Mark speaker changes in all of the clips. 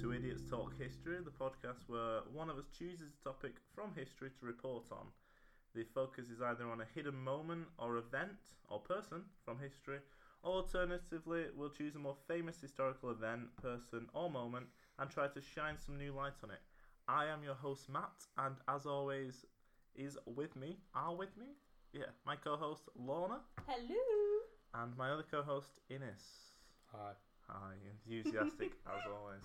Speaker 1: to Idiots Talk History, the podcast where one of us chooses a topic from history to report on. The focus is either on a hidden moment or event or person from history, or alternatively, we'll choose a more famous historical event, person, or moment and try to shine some new light on it. I am your host, Matt, and as always, is with me, are with me, yeah, my co host, Lorna,
Speaker 2: Hello.
Speaker 1: and my other co host, Innes.
Speaker 3: Hi.
Speaker 1: Hi, Ah, enthusiastic as always.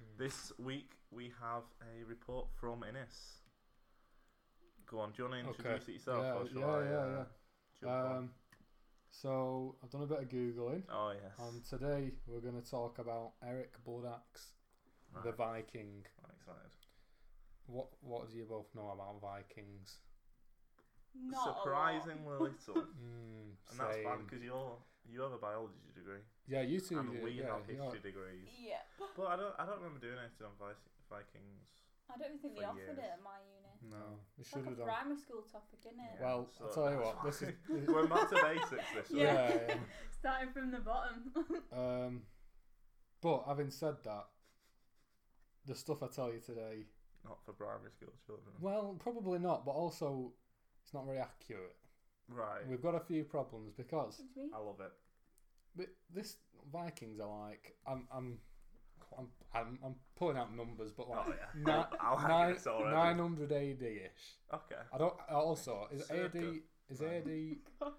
Speaker 3: Mm.
Speaker 1: This week we have a report from Innes. Go on, do you want to introduce
Speaker 3: Okay.
Speaker 1: it yourself,
Speaker 3: Yeah,
Speaker 1: or shall
Speaker 3: yeah,
Speaker 1: I?
Speaker 3: yeah,
Speaker 1: uh,
Speaker 3: yeah.
Speaker 1: jump on?
Speaker 3: Um, so I've done a bit of googling,
Speaker 1: Oh yes.
Speaker 3: and today we're going to talk about Eric Bloodaxe,
Speaker 1: Right,
Speaker 3: the Viking.
Speaker 1: I'm excited.
Speaker 3: What What do you both know about Vikings?
Speaker 2: Not
Speaker 1: Surprisingly little, and
Speaker 3: Mm,
Speaker 1: that's fine
Speaker 3: same.
Speaker 1: because you're you have a biology degree
Speaker 3: Yeah, you two.
Speaker 1: and
Speaker 3: do,
Speaker 1: we
Speaker 3: yeah,
Speaker 1: have
Speaker 3: you
Speaker 1: history
Speaker 3: know-
Speaker 2: A lot.
Speaker 1: degrees.
Speaker 2: Yeah.
Speaker 1: But I don't I don't remember doing anything on Vice- Vikings.
Speaker 2: I don't even think
Speaker 1: For
Speaker 2: they offered
Speaker 1: years.
Speaker 2: it at my uni.
Speaker 3: No, we
Speaker 2: It's
Speaker 3: should
Speaker 2: like a
Speaker 3: have done.
Speaker 2: primary school topic, isn't it?
Speaker 1: Yeah,
Speaker 3: Well,
Speaker 1: so
Speaker 3: I'll tell you
Speaker 1: that's
Speaker 3: what. This is.
Speaker 1: We're back to basics this week.
Speaker 2: Yeah.
Speaker 3: yeah, yeah.
Speaker 2: Starting from the bottom.
Speaker 3: Um, but having said that, the stuff I tell you today,
Speaker 1: Not for primary school children.
Speaker 3: well, probably not, but also it's not very accurate.
Speaker 1: Right.
Speaker 3: We've got a few problems because
Speaker 2: What do you mean?
Speaker 1: I love it.
Speaker 3: but this Vikings are like I'm I'm I'm I'm, I'm pulling out numbers, but like
Speaker 1: Oh, yeah.
Speaker 3: ni-
Speaker 1: I'll hang
Speaker 3: nine-
Speaker 1: this already.
Speaker 3: 900 AD ish.
Speaker 1: Okay.
Speaker 3: I don't. I Also, is AD
Speaker 1: Circa.
Speaker 3: is
Speaker 1: Right.
Speaker 3: AD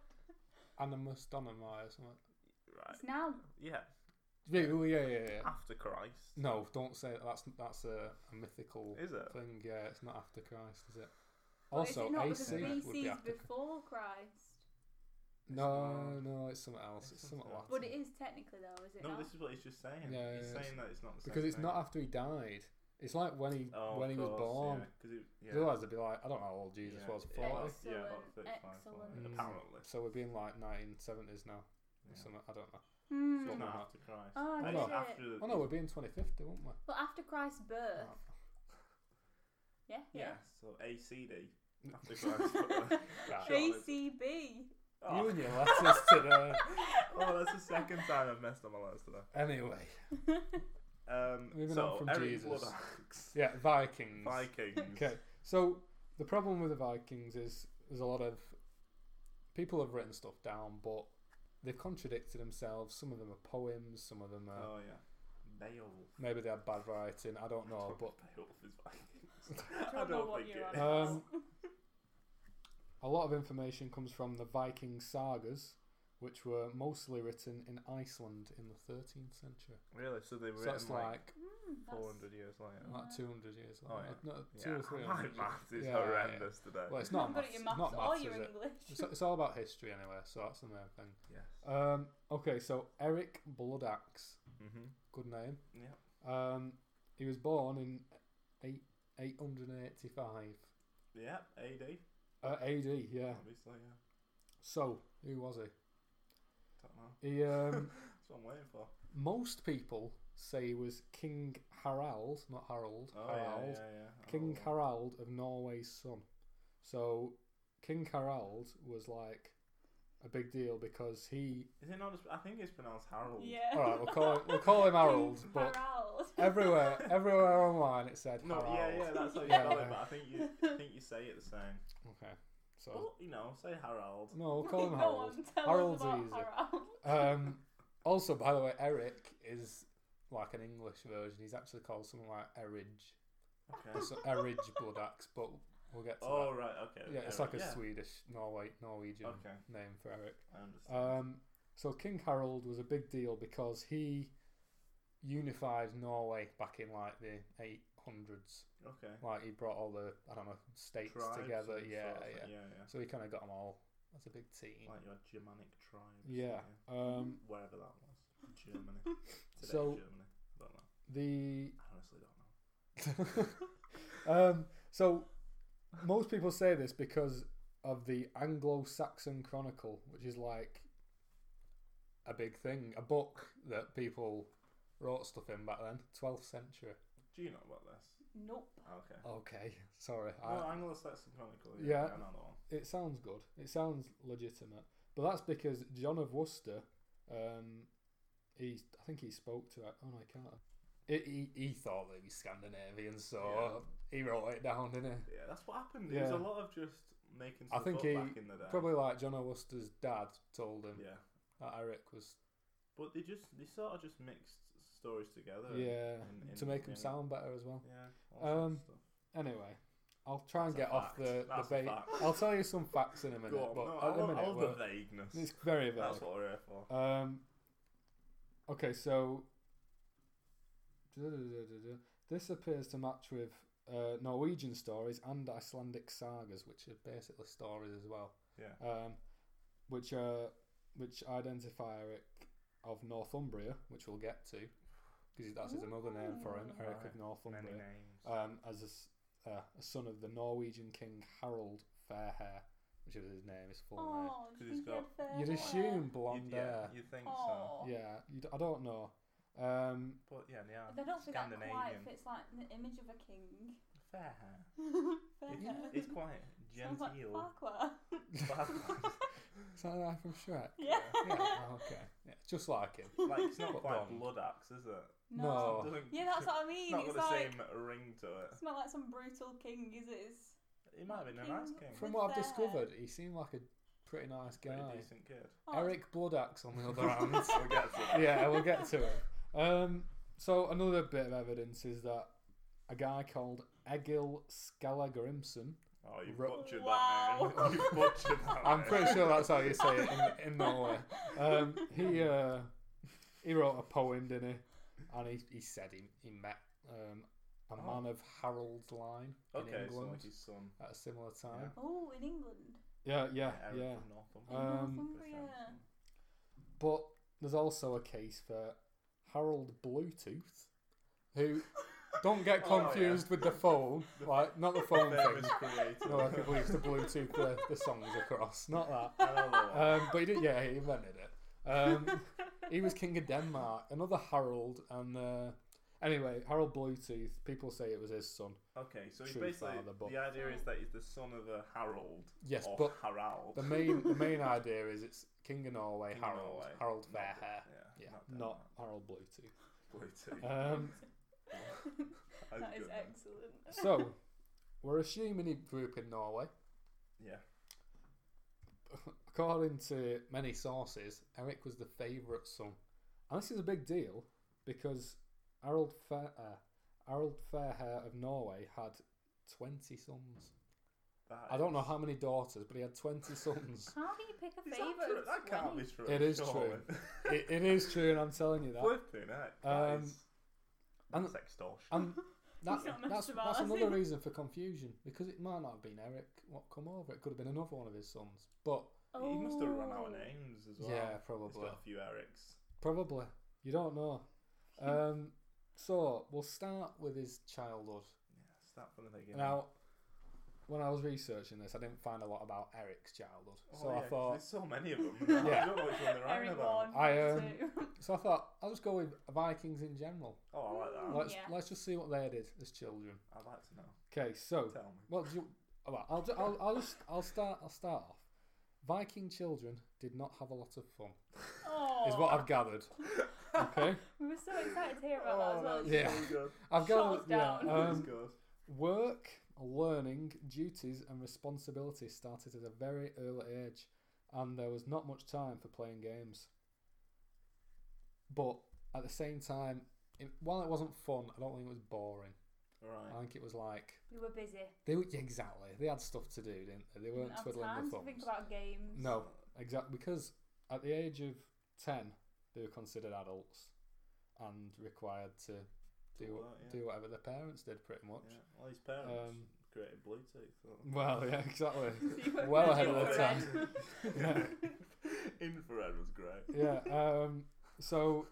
Speaker 3: Animus Domini or something?
Speaker 1: Right.
Speaker 2: It's now.
Speaker 1: Yeah.
Speaker 3: Yeah, well, yeah, yeah, yeah.
Speaker 1: After Christ.
Speaker 3: No, don't say that. That's that's a, a mythical
Speaker 1: Is it?
Speaker 3: thing. Yeah, it's not after Christ, is it?
Speaker 2: Well,
Speaker 3: Also,
Speaker 2: is it not
Speaker 3: AC
Speaker 2: because
Speaker 3: would be
Speaker 2: BC's
Speaker 3: after.
Speaker 2: before Christ?
Speaker 3: No, no, it's something else.
Speaker 1: It's
Speaker 3: It's something
Speaker 1: something else.
Speaker 3: Latin.
Speaker 2: But it is technically though, is it
Speaker 1: No,
Speaker 2: not?
Speaker 1: this is what he's just saying.
Speaker 3: Yeah,
Speaker 1: he's
Speaker 3: yeah,
Speaker 1: saying that it's not the same
Speaker 3: because it's
Speaker 1: thing.
Speaker 3: not after he died. It's like when he
Speaker 1: Oh,
Speaker 3: when he
Speaker 1: of
Speaker 3: was
Speaker 1: course,
Speaker 3: born.
Speaker 1: Yeah, 'cause it, yeah.
Speaker 3: Otherwise, they'd be like, I don't know how old Jesus
Speaker 1: yeah.
Speaker 3: was,
Speaker 1: it
Speaker 3: 40.
Speaker 2: was.
Speaker 1: Yeah, about
Speaker 2: Excellent,
Speaker 1: 35, 40,
Speaker 2: excellent.
Speaker 3: Mm.
Speaker 1: Apparently.
Speaker 3: So we're being like 1970s now.
Speaker 1: Yeah.
Speaker 3: or Something, I don't know.
Speaker 2: Hmm.
Speaker 1: So it's not
Speaker 3: Mm.
Speaker 1: after Christ.
Speaker 2: Oh,
Speaker 1: And
Speaker 3: I
Speaker 1: it's
Speaker 3: see.
Speaker 1: after
Speaker 3: Oh no, we're being 2050, weren't we?
Speaker 2: But after Christ's birth,
Speaker 1: Uh,
Speaker 3: Oh.
Speaker 2: yeah, yeah.
Speaker 1: Yeah, so ACD.
Speaker 3: Mm.
Speaker 1: After Christ.
Speaker 3: Right.
Speaker 1: Sure.
Speaker 2: ACB.
Speaker 1: oh,
Speaker 3: You and your letters today.
Speaker 1: oh, that's the second time I've messed up my letters today.
Speaker 3: Anyway,
Speaker 1: Um,
Speaker 3: Moving
Speaker 1: so,
Speaker 3: on from
Speaker 1: Eric
Speaker 3: Jesus.
Speaker 1: Bloodaxe.
Speaker 3: yeah, Vikings.
Speaker 1: Vikings.
Speaker 3: Okay, so the problem with the Vikings is there's a lot of people have written stuff down, but they've contradicted themselves. Some of them are poems, some of them are
Speaker 1: Oh, yeah. Beowulf.
Speaker 3: Uh, maybe they had bad writing. I don't know, but
Speaker 1: Beowulf is Vikings.
Speaker 2: don't
Speaker 1: I
Speaker 2: know
Speaker 1: don't
Speaker 2: what
Speaker 1: think
Speaker 2: you're
Speaker 1: it
Speaker 2: on about.
Speaker 1: is.
Speaker 3: Um, a lot of information comes from the Viking sagas, which were mostly written in Iceland in the 13th century.
Speaker 1: Really? So they were
Speaker 3: So that's
Speaker 1: written, like,
Speaker 3: like,
Speaker 2: Hmm, that's-
Speaker 1: 400 years later.
Speaker 3: like, 200 years.
Speaker 1: Oh, yeah.
Speaker 3: Like, no, two
Speaker 1: Yeah,
Speaker 3: or three
Speaker 1: my
Speaker 3: hundred.
Speaker 1: maths is
Speaker 3: Yeah, yeah, yeah.
Speaker 1: horrendous today.
Speaker 3: Well, it's not
Speaker 2: Not good
Speaker 3: maths,
Speaker 2: at your
Speaker 3: not
Speaker 2: maths
Speaker 3: maths,
Speaker 2: or your
Speaker 3: is it?
Speaker 2: English.
Speaker 3: It's, it's all about history anyway, so that's the main thing.
Speaker 1: yes.
Speaker 3: Um, okay, so Eric Bloodaxe,
Speaker 1: hmm
Speaker 3: good name.
Speaker 1: Yeah.
Speaker 3: Um, he was born in eight, 885
Speaker 1: Yeah. AD.
Speaker 3: uh, AD, yeah.
Speaker 1: Obviously. Yeah.
Speaker 3: So, who was he?
Speaker 1: Don't know.
Speaker 3: He um,
Speaker 1: That's what I'm waiting for.
Speaker 3: Most people say he was King Harald, not Harold.
Speaker 1: Oh yeah,
Speaker 3: Harald.
Speaker 1: yeah, yeah.
Speaker 3: King
Speaker 1: oh.
Speaker 3: Harald of Norway's son. So King Harald was like a big deal because he.
Speaker 1: Is it not? As, I think it's pronounced Harold.
Speaker 2: Yeah.
Speaker 3: All right, we'll call him, we'll call him Harold,
Speaker 2: King
Speaker 3: but
Speaker 2: Harold.
Speaker 3: everywhere everywhere online it said
Speaker 1: No.
Speaker 3: Harald.
Speaker 1: Yeah. Yeah. That's how you
Speaker 3: Yeah,
Speaker 1: spell it.
Speaker 3: yeah.
Speaker 1: But I think you. I think you say it the same.
Speaker 3: Okay, so
Speaker 1: Well, you know, say Harold.
Speaker 3: no, we'll call him
Speaker 2: Go
Speaker 3: Harold.
Speaker 2: on, tell
Speaker 3: Harold's
Speaker 2: us about
Speaker 3: easy.
Speaker 2: Harold.
Speaker 3: Um, also, by the way, Eric is like an English version. He's actually called something like Erridge.
Speaker 1: Okay.
Speaker 3: It's Erridge Bloodaxe, but we'll get to that.
Speaker 1: oh right. Okay.
Speaker 3: Yeah, it's
Speaker 1: yeah,
Speaker 3: like a
Speaker 1: yeah.
Speaker 3: Swedish, Norway, Norwegian
Speaker 1: Okay.
Speaker 3: name for Eric.
Speaker 1: I understand.
Speaker 3: Um, so King Harold was a big deal because he unified Norway back in like the 800s.
Speaker 1: okay.
Speaker 3: Like he brought all the I don't know states
Speaker 1: Tribes
Speaker 3: together.
Speaker 1: and
Speaker 3: Yeah,
Speaker 1: sort of
Speaker 3: yeah.
Speaker 1: thing, yeah,
Speaker 3: So he kind of got them all as a big team.
Speaker 1: yeah. Like your Germanic tribes.
Speaker 3: yeah. Um,
Speaker 1: Wherever that was, Germany. Today's
Speaker 3: So-
Speaker 1: Germany. I don't know.
Speaker 3: the
Speaker 1: I honestly don't know.
Speaker 3: um, so most people say this because of the Anglo-Saxon Chronicle, which is like a big thing, a book that people wrote stuff in back then, 12th century.
Speaker 1: Do you know about this?
Speaker 2: Nope.
Speaker 1: Okay.
Speaker 3: Okay, sorry.
Speaker 1: No,
Speaker 3: I,
Speaker 1: Anglo-Saxon Chronicle.
Speaker 3: Yeah.
Speaker 1: Yeah, I know that one.
Speaker 3: it sounds good. It sounds legitimate, but that's because John of Worcester, um, he I think he spoke to. Oh no, he can't. have. He, he, he thought that he's Scandinavian, so he wrote it down, didn't he?
Speaker 1: Yeah, that's what happened. There was
Speaker 3: Yeah.
Speaker 1: a lot of just making
Speaker 3: I
Speaker 1: stuff
Speaker 3: think
Speaker 1: up
Speaker 3: he
Speaker 1: back in the day.
Speaker 3: Probably like John O. Worcester's dad told him
Speaker 1: Yeah,
Speaker 3: that Eric was
Speaker 1: but they just they sort of just mixed stories together. and-
Speaker 3: yeah
Speaker 1: Uh, in-
Speaker 3: to
Speaker 1: in-
Speaker 3: make him
Speaker 1: in-
Speaker 3: sound better as well.
Speaker 1: Yeah. all sorts of
Speaker 3: Um,
Speaker 1: stuff.
Speaker 3: Anyway, I'll try and
Speaker 1: That's a
Speaker 3: get off
Speaker 1: fact.
Speaker 3: the
Speaker 1: That's a
Speaker 3: the bait.
Speaker 1: fact.
Speaker 3: I'll tell you some facts in a minute,
Speaker 1: Go on,
Speaker 3: but
Speaker 1: no,
Speaker 3: at
Speaker 1: I
Speaker 3: the
Speaker 1: love, I
Speaker 3: minute
Speaker 1: love
Speaker 3: we're-
Speaker 1: the vagueness.
Speaker 3: it's very vague.
Speaker 1: That's what we're here for.
Speaker 3: Um. Okay, so du-du-du-du-du. this appears to match with uh, Norwegian stories and Icelandic sagas, which are basically stories as well.
Speaker 1: Yeah.
Speaker 3: Um, which are which identify Eric of Northumbria, which we'll get to, because that's his another name for him, Eric
Speaker 1: Right.
Speaker 3: of
Speaker 1: Many
Speaker 3: Northumbria,
Speaker 1: names.
Speaker 3: um, as a, s- uh, a son of the Norwegian king Harold Fairhair, which is his name, his full name.
Speaker 2: Oh,
Speaker 1: Because he's got-
Speaker 3: You'd assume blonde
Speaker 1: You'd- yeah,
Speaker 3: hair.
Speaker 1: you think so.
Speaker 2: Oh.
Speaker 3: Yeah, you d- I don't know. Um,
Speaker 1: But yeah, they are
Speaker 2: But I don't think that quite
Speaker 1: Scandinavian.
Speaker 2: fits like the image of a king.
Speaker 1: fair hair.
Speaker 2: Fair.
Speaker 1: It's, it's quite
Speaker 2: Sounds like
Speaker 1: genteel.
Speaker 2: Farquhar.
Speaker 1: Farquhar.
Speaker 3: is that the guy from Shrek?
Speaker 2: Yeah.
Speaker 3: Yeah, oh, okay. Yeah, just like him.
Speaker 1: like it's not
Speaker 3: But
Speaker 1: quite
Speaker 3: blonde.
Speaker 1: blood axe, is it?
Speaker 3: No. Oh.
Speaker 1: It doesn't-
Speaker 2: Yeah, that's what I
Speaker 1: It's
Speaker 2: mean.
Speaker 1: not
Speaker 2: It's,
Speaker 1: got the
Speaker 2: like
Speaker 1: same ring to
Speaker 2: it's not like some brutal king, is it? It's
Speaker 1: it. It might have been a nice
Speaker 2: King-
Speaker 1: king.
Speaker 3: From
Speaker 2: With
Speaker 3: what I've
Speaker 2: fair
Speaker 3: discovered, he seemed like a pretty nice guy.
Speaker 1: Pretty decent kid.
Speaker 2: oh,
Speaker 3: Eric Bloodaxe on the other hand.
Speaker 1: We'll get to that.
Speaker 3: yeah, we'll get to it. Um, so another bit of evidence is that a guy called Egil Skallagrimsson.
Speaker 1: Oh, you
Speaker 3: Ro-
Speaker 1: butchered
Speaker 2: Wow.
Speaker 1: that name. You butchered that
Speaker 3: I'm
Speaker 1: name.
Speaker 3: pretty sure that's how you say it in, in Norway. Um, he uh, he wrote a poem, didn't he? And he, he said he, he met um, a
Speaker 1: Oh.
Speaker 3: man of Harold's line in
Speaker 1: Okay, so
Speaker 3: England
Speaker 1: like his son.
Speaker 3: at a similar time.
Speaker 2: Oh, in England.
Speaker 3: Yeah, yeah,
Speaker 1: Eric
Speaker 3: yeah.
Speaker 1: from Northumbria.
Speaker 3: Um,
Speaker 2: Northumbria.
Speaker 3: But there's also a case for Harold Bluetooth, who don't get
Speaker 1: Oh, yeah.
Speaker 3: confused with the phone, like not the phone
Speaker 1: There
Speaker 3: thing. Oh,
Speaker 1: was created.
Speaker 3: No, like people used to Bluetooth the, the songs across, not that.
Speaker 1: Another one.
Speaker 3: Um, but he did, yeah, he invented it. Um, he was king of Denmark, another Harold, and uh, anyway, Harold Bluetooth. People say it was his son.
Speaker 1: Okay, so he's
Speaker 3: True
Speaker 1: basically
Speaker 3: father, but-
Speaker 1: the idea is that he's the son of a Harold.
Speaker 3: Yes,
Speaker 1: or
Speaker 3: but
Speaker 1: Harald.
Speaker 3: the main the main idea is it's King of Norway,
Speaker 1: King of
Speaker 3: Harold,
Speaker 1: Norway.
Speaker 3: Harold
Speaker 1: Not the-
Speaker 3: Fairhair.
Speaker 1: yeah,
Speaker 3: Yeah,
Speaker 1: not
Speaker 3: not Harold Bluetooth.
Speaker 1: Bluetooth.
Speaker 3: Um,
Speaker 1: That's
Speaker 2: that is
Speaker 1: good, man.
Speaker 2: excellent.
Speaker 3: so, we're assuming he grew up in Norway.
Speaker 1: Yeah.
Speaker 3: According to many sources, Eric was the favourite son. And this is a big deal because Harold, Fair, uh, Harold Fairhair of Norway had 20 sons.
Speaker 1: that
Speaker 3: I don't know
Speaker 1: is-
Speaker 3: how many daughters, but he had 20 sons.
Speaker 2: How do you pick a
Speaker 1: Is that
Speaker 2: favourite?
Speaker 1: true?
Speaker 2: of
Speaker 1: That can't be
Speaker 2: 20?
Speaker 1: true.
Speaker 3: It is
Speaker 1: surely.
Speaker 3: it, it is true, and I'm telling you that.
Speaker 1: Flipping heck.
Speaker 3: Um, and-
Speaker 1: that's extortion.
Speaker 3: And that,
Speaker 2: He's not
Speaker 3: that's,
Speaker 2: messed about,
Speaker 3: that's
Speaker 2: has he?
Speaker 3: another reason for confusion because it might not have been Eric what come over. It could have been another one of his sons. But
Speaker 1: He must have run out
Speaker 2: Oh.
Speaker 1: of names as well.
Speaker 3: yeah,
Speaker 1: He's
Speaker 3: probably.
Speaker 1: got a few Erics.
Speaker 3: Probably. You don't know. Um, so we'll start with his childhood.
Speaker 1: Yeah, start from the beginning.
Speaker 3: Now, when I was researching this, I didn't find a lot about Eric's childhood,
Speaker 1: Oh,
Speaker 3: so
Speaker 1: yeah,
Speaker 3: I
Speaker 1: 'cause
Speaker 3: thought,
Speaker 1: There's so many of them. now,
Speaker 3: Yeah.
Speaker 1: I don't know which one they're on
Speaker 2: Eric
Speaker 1: about.
Speaker 2: one,
Speaker 3: I, um,
Speaker 2: Eric two.
Speaker 3: so I thought I'll just go with Vikings in general.
Speaker 1: Oh, I like that.
Speaker 2: What?
Speaker 3: Let's
Speaker 2: Yeah.
Speaker 3: let's just see what they did as children.
Speaker 1: I'd like to know.
Speaker 3: Okay, so
Speaker 1: Tell me.
Speaker 3: well, do you, all right, I'll, ju- I'll I'll just I'll start I'll start off. Viking children did not have a lot of fun, is what I've gathered. Okay,
Speaker 2: We were so excited to hear about that as well.
Speaker 1: that's
Speaker 3: Yeah.
Speaker 1: Oh, so good.
Speaker 3: I've
Speaker 2: Shut
Speaker 3: gathered.
Speaker 2: us
Speaker 3: Yeah,
Speaker 2: down.
Speaker 1: That is
Speaker 3: um,
Speaker 1: good.
Speaker 3: Work, learning, duties, and responsibilities started at a very early age, and there was not much time for playing games. But at the same time, it, while it wasn't fun, I don't think it was boring. I
Speaker 1: Right.
Speaker 3: think it was like
Speaker 2: We were busy.
Speaker 3: they were yeah, exactly they had stuff to do, didn't they? They
Speaker 2: We
Speaker 3: weren't
Speaker 2: didn't have
Speaker 3: twiddling
Speaker 2: time
Speaker 3: their
Speaker 2: to think
Speaker 3: thumbs.
Speaker 2: about games.
Speaker 3: No, exactly because at the age of ten, they were considered adults and required to do
Speaker 1: Well, yeah.
Speaker 3: do whatever their parents did, pretty much.
Speaker 1: Yeah. Well, his parents
Speaker 3: Um,
Speaker 1: created Bluetooth. so-
Speaker 3: Well, yeah, exactly.
Speaker 2: You were
Speaker 3: Well
Speaker 2: busy
Speaker 3: ahead of
Speaker 2: all
Speaker 3: their
Speaker 2: day.
Speaker 3: time. Yeah.
Speaker 1: Infrared was great.
Speaker 3: yeah. Um, so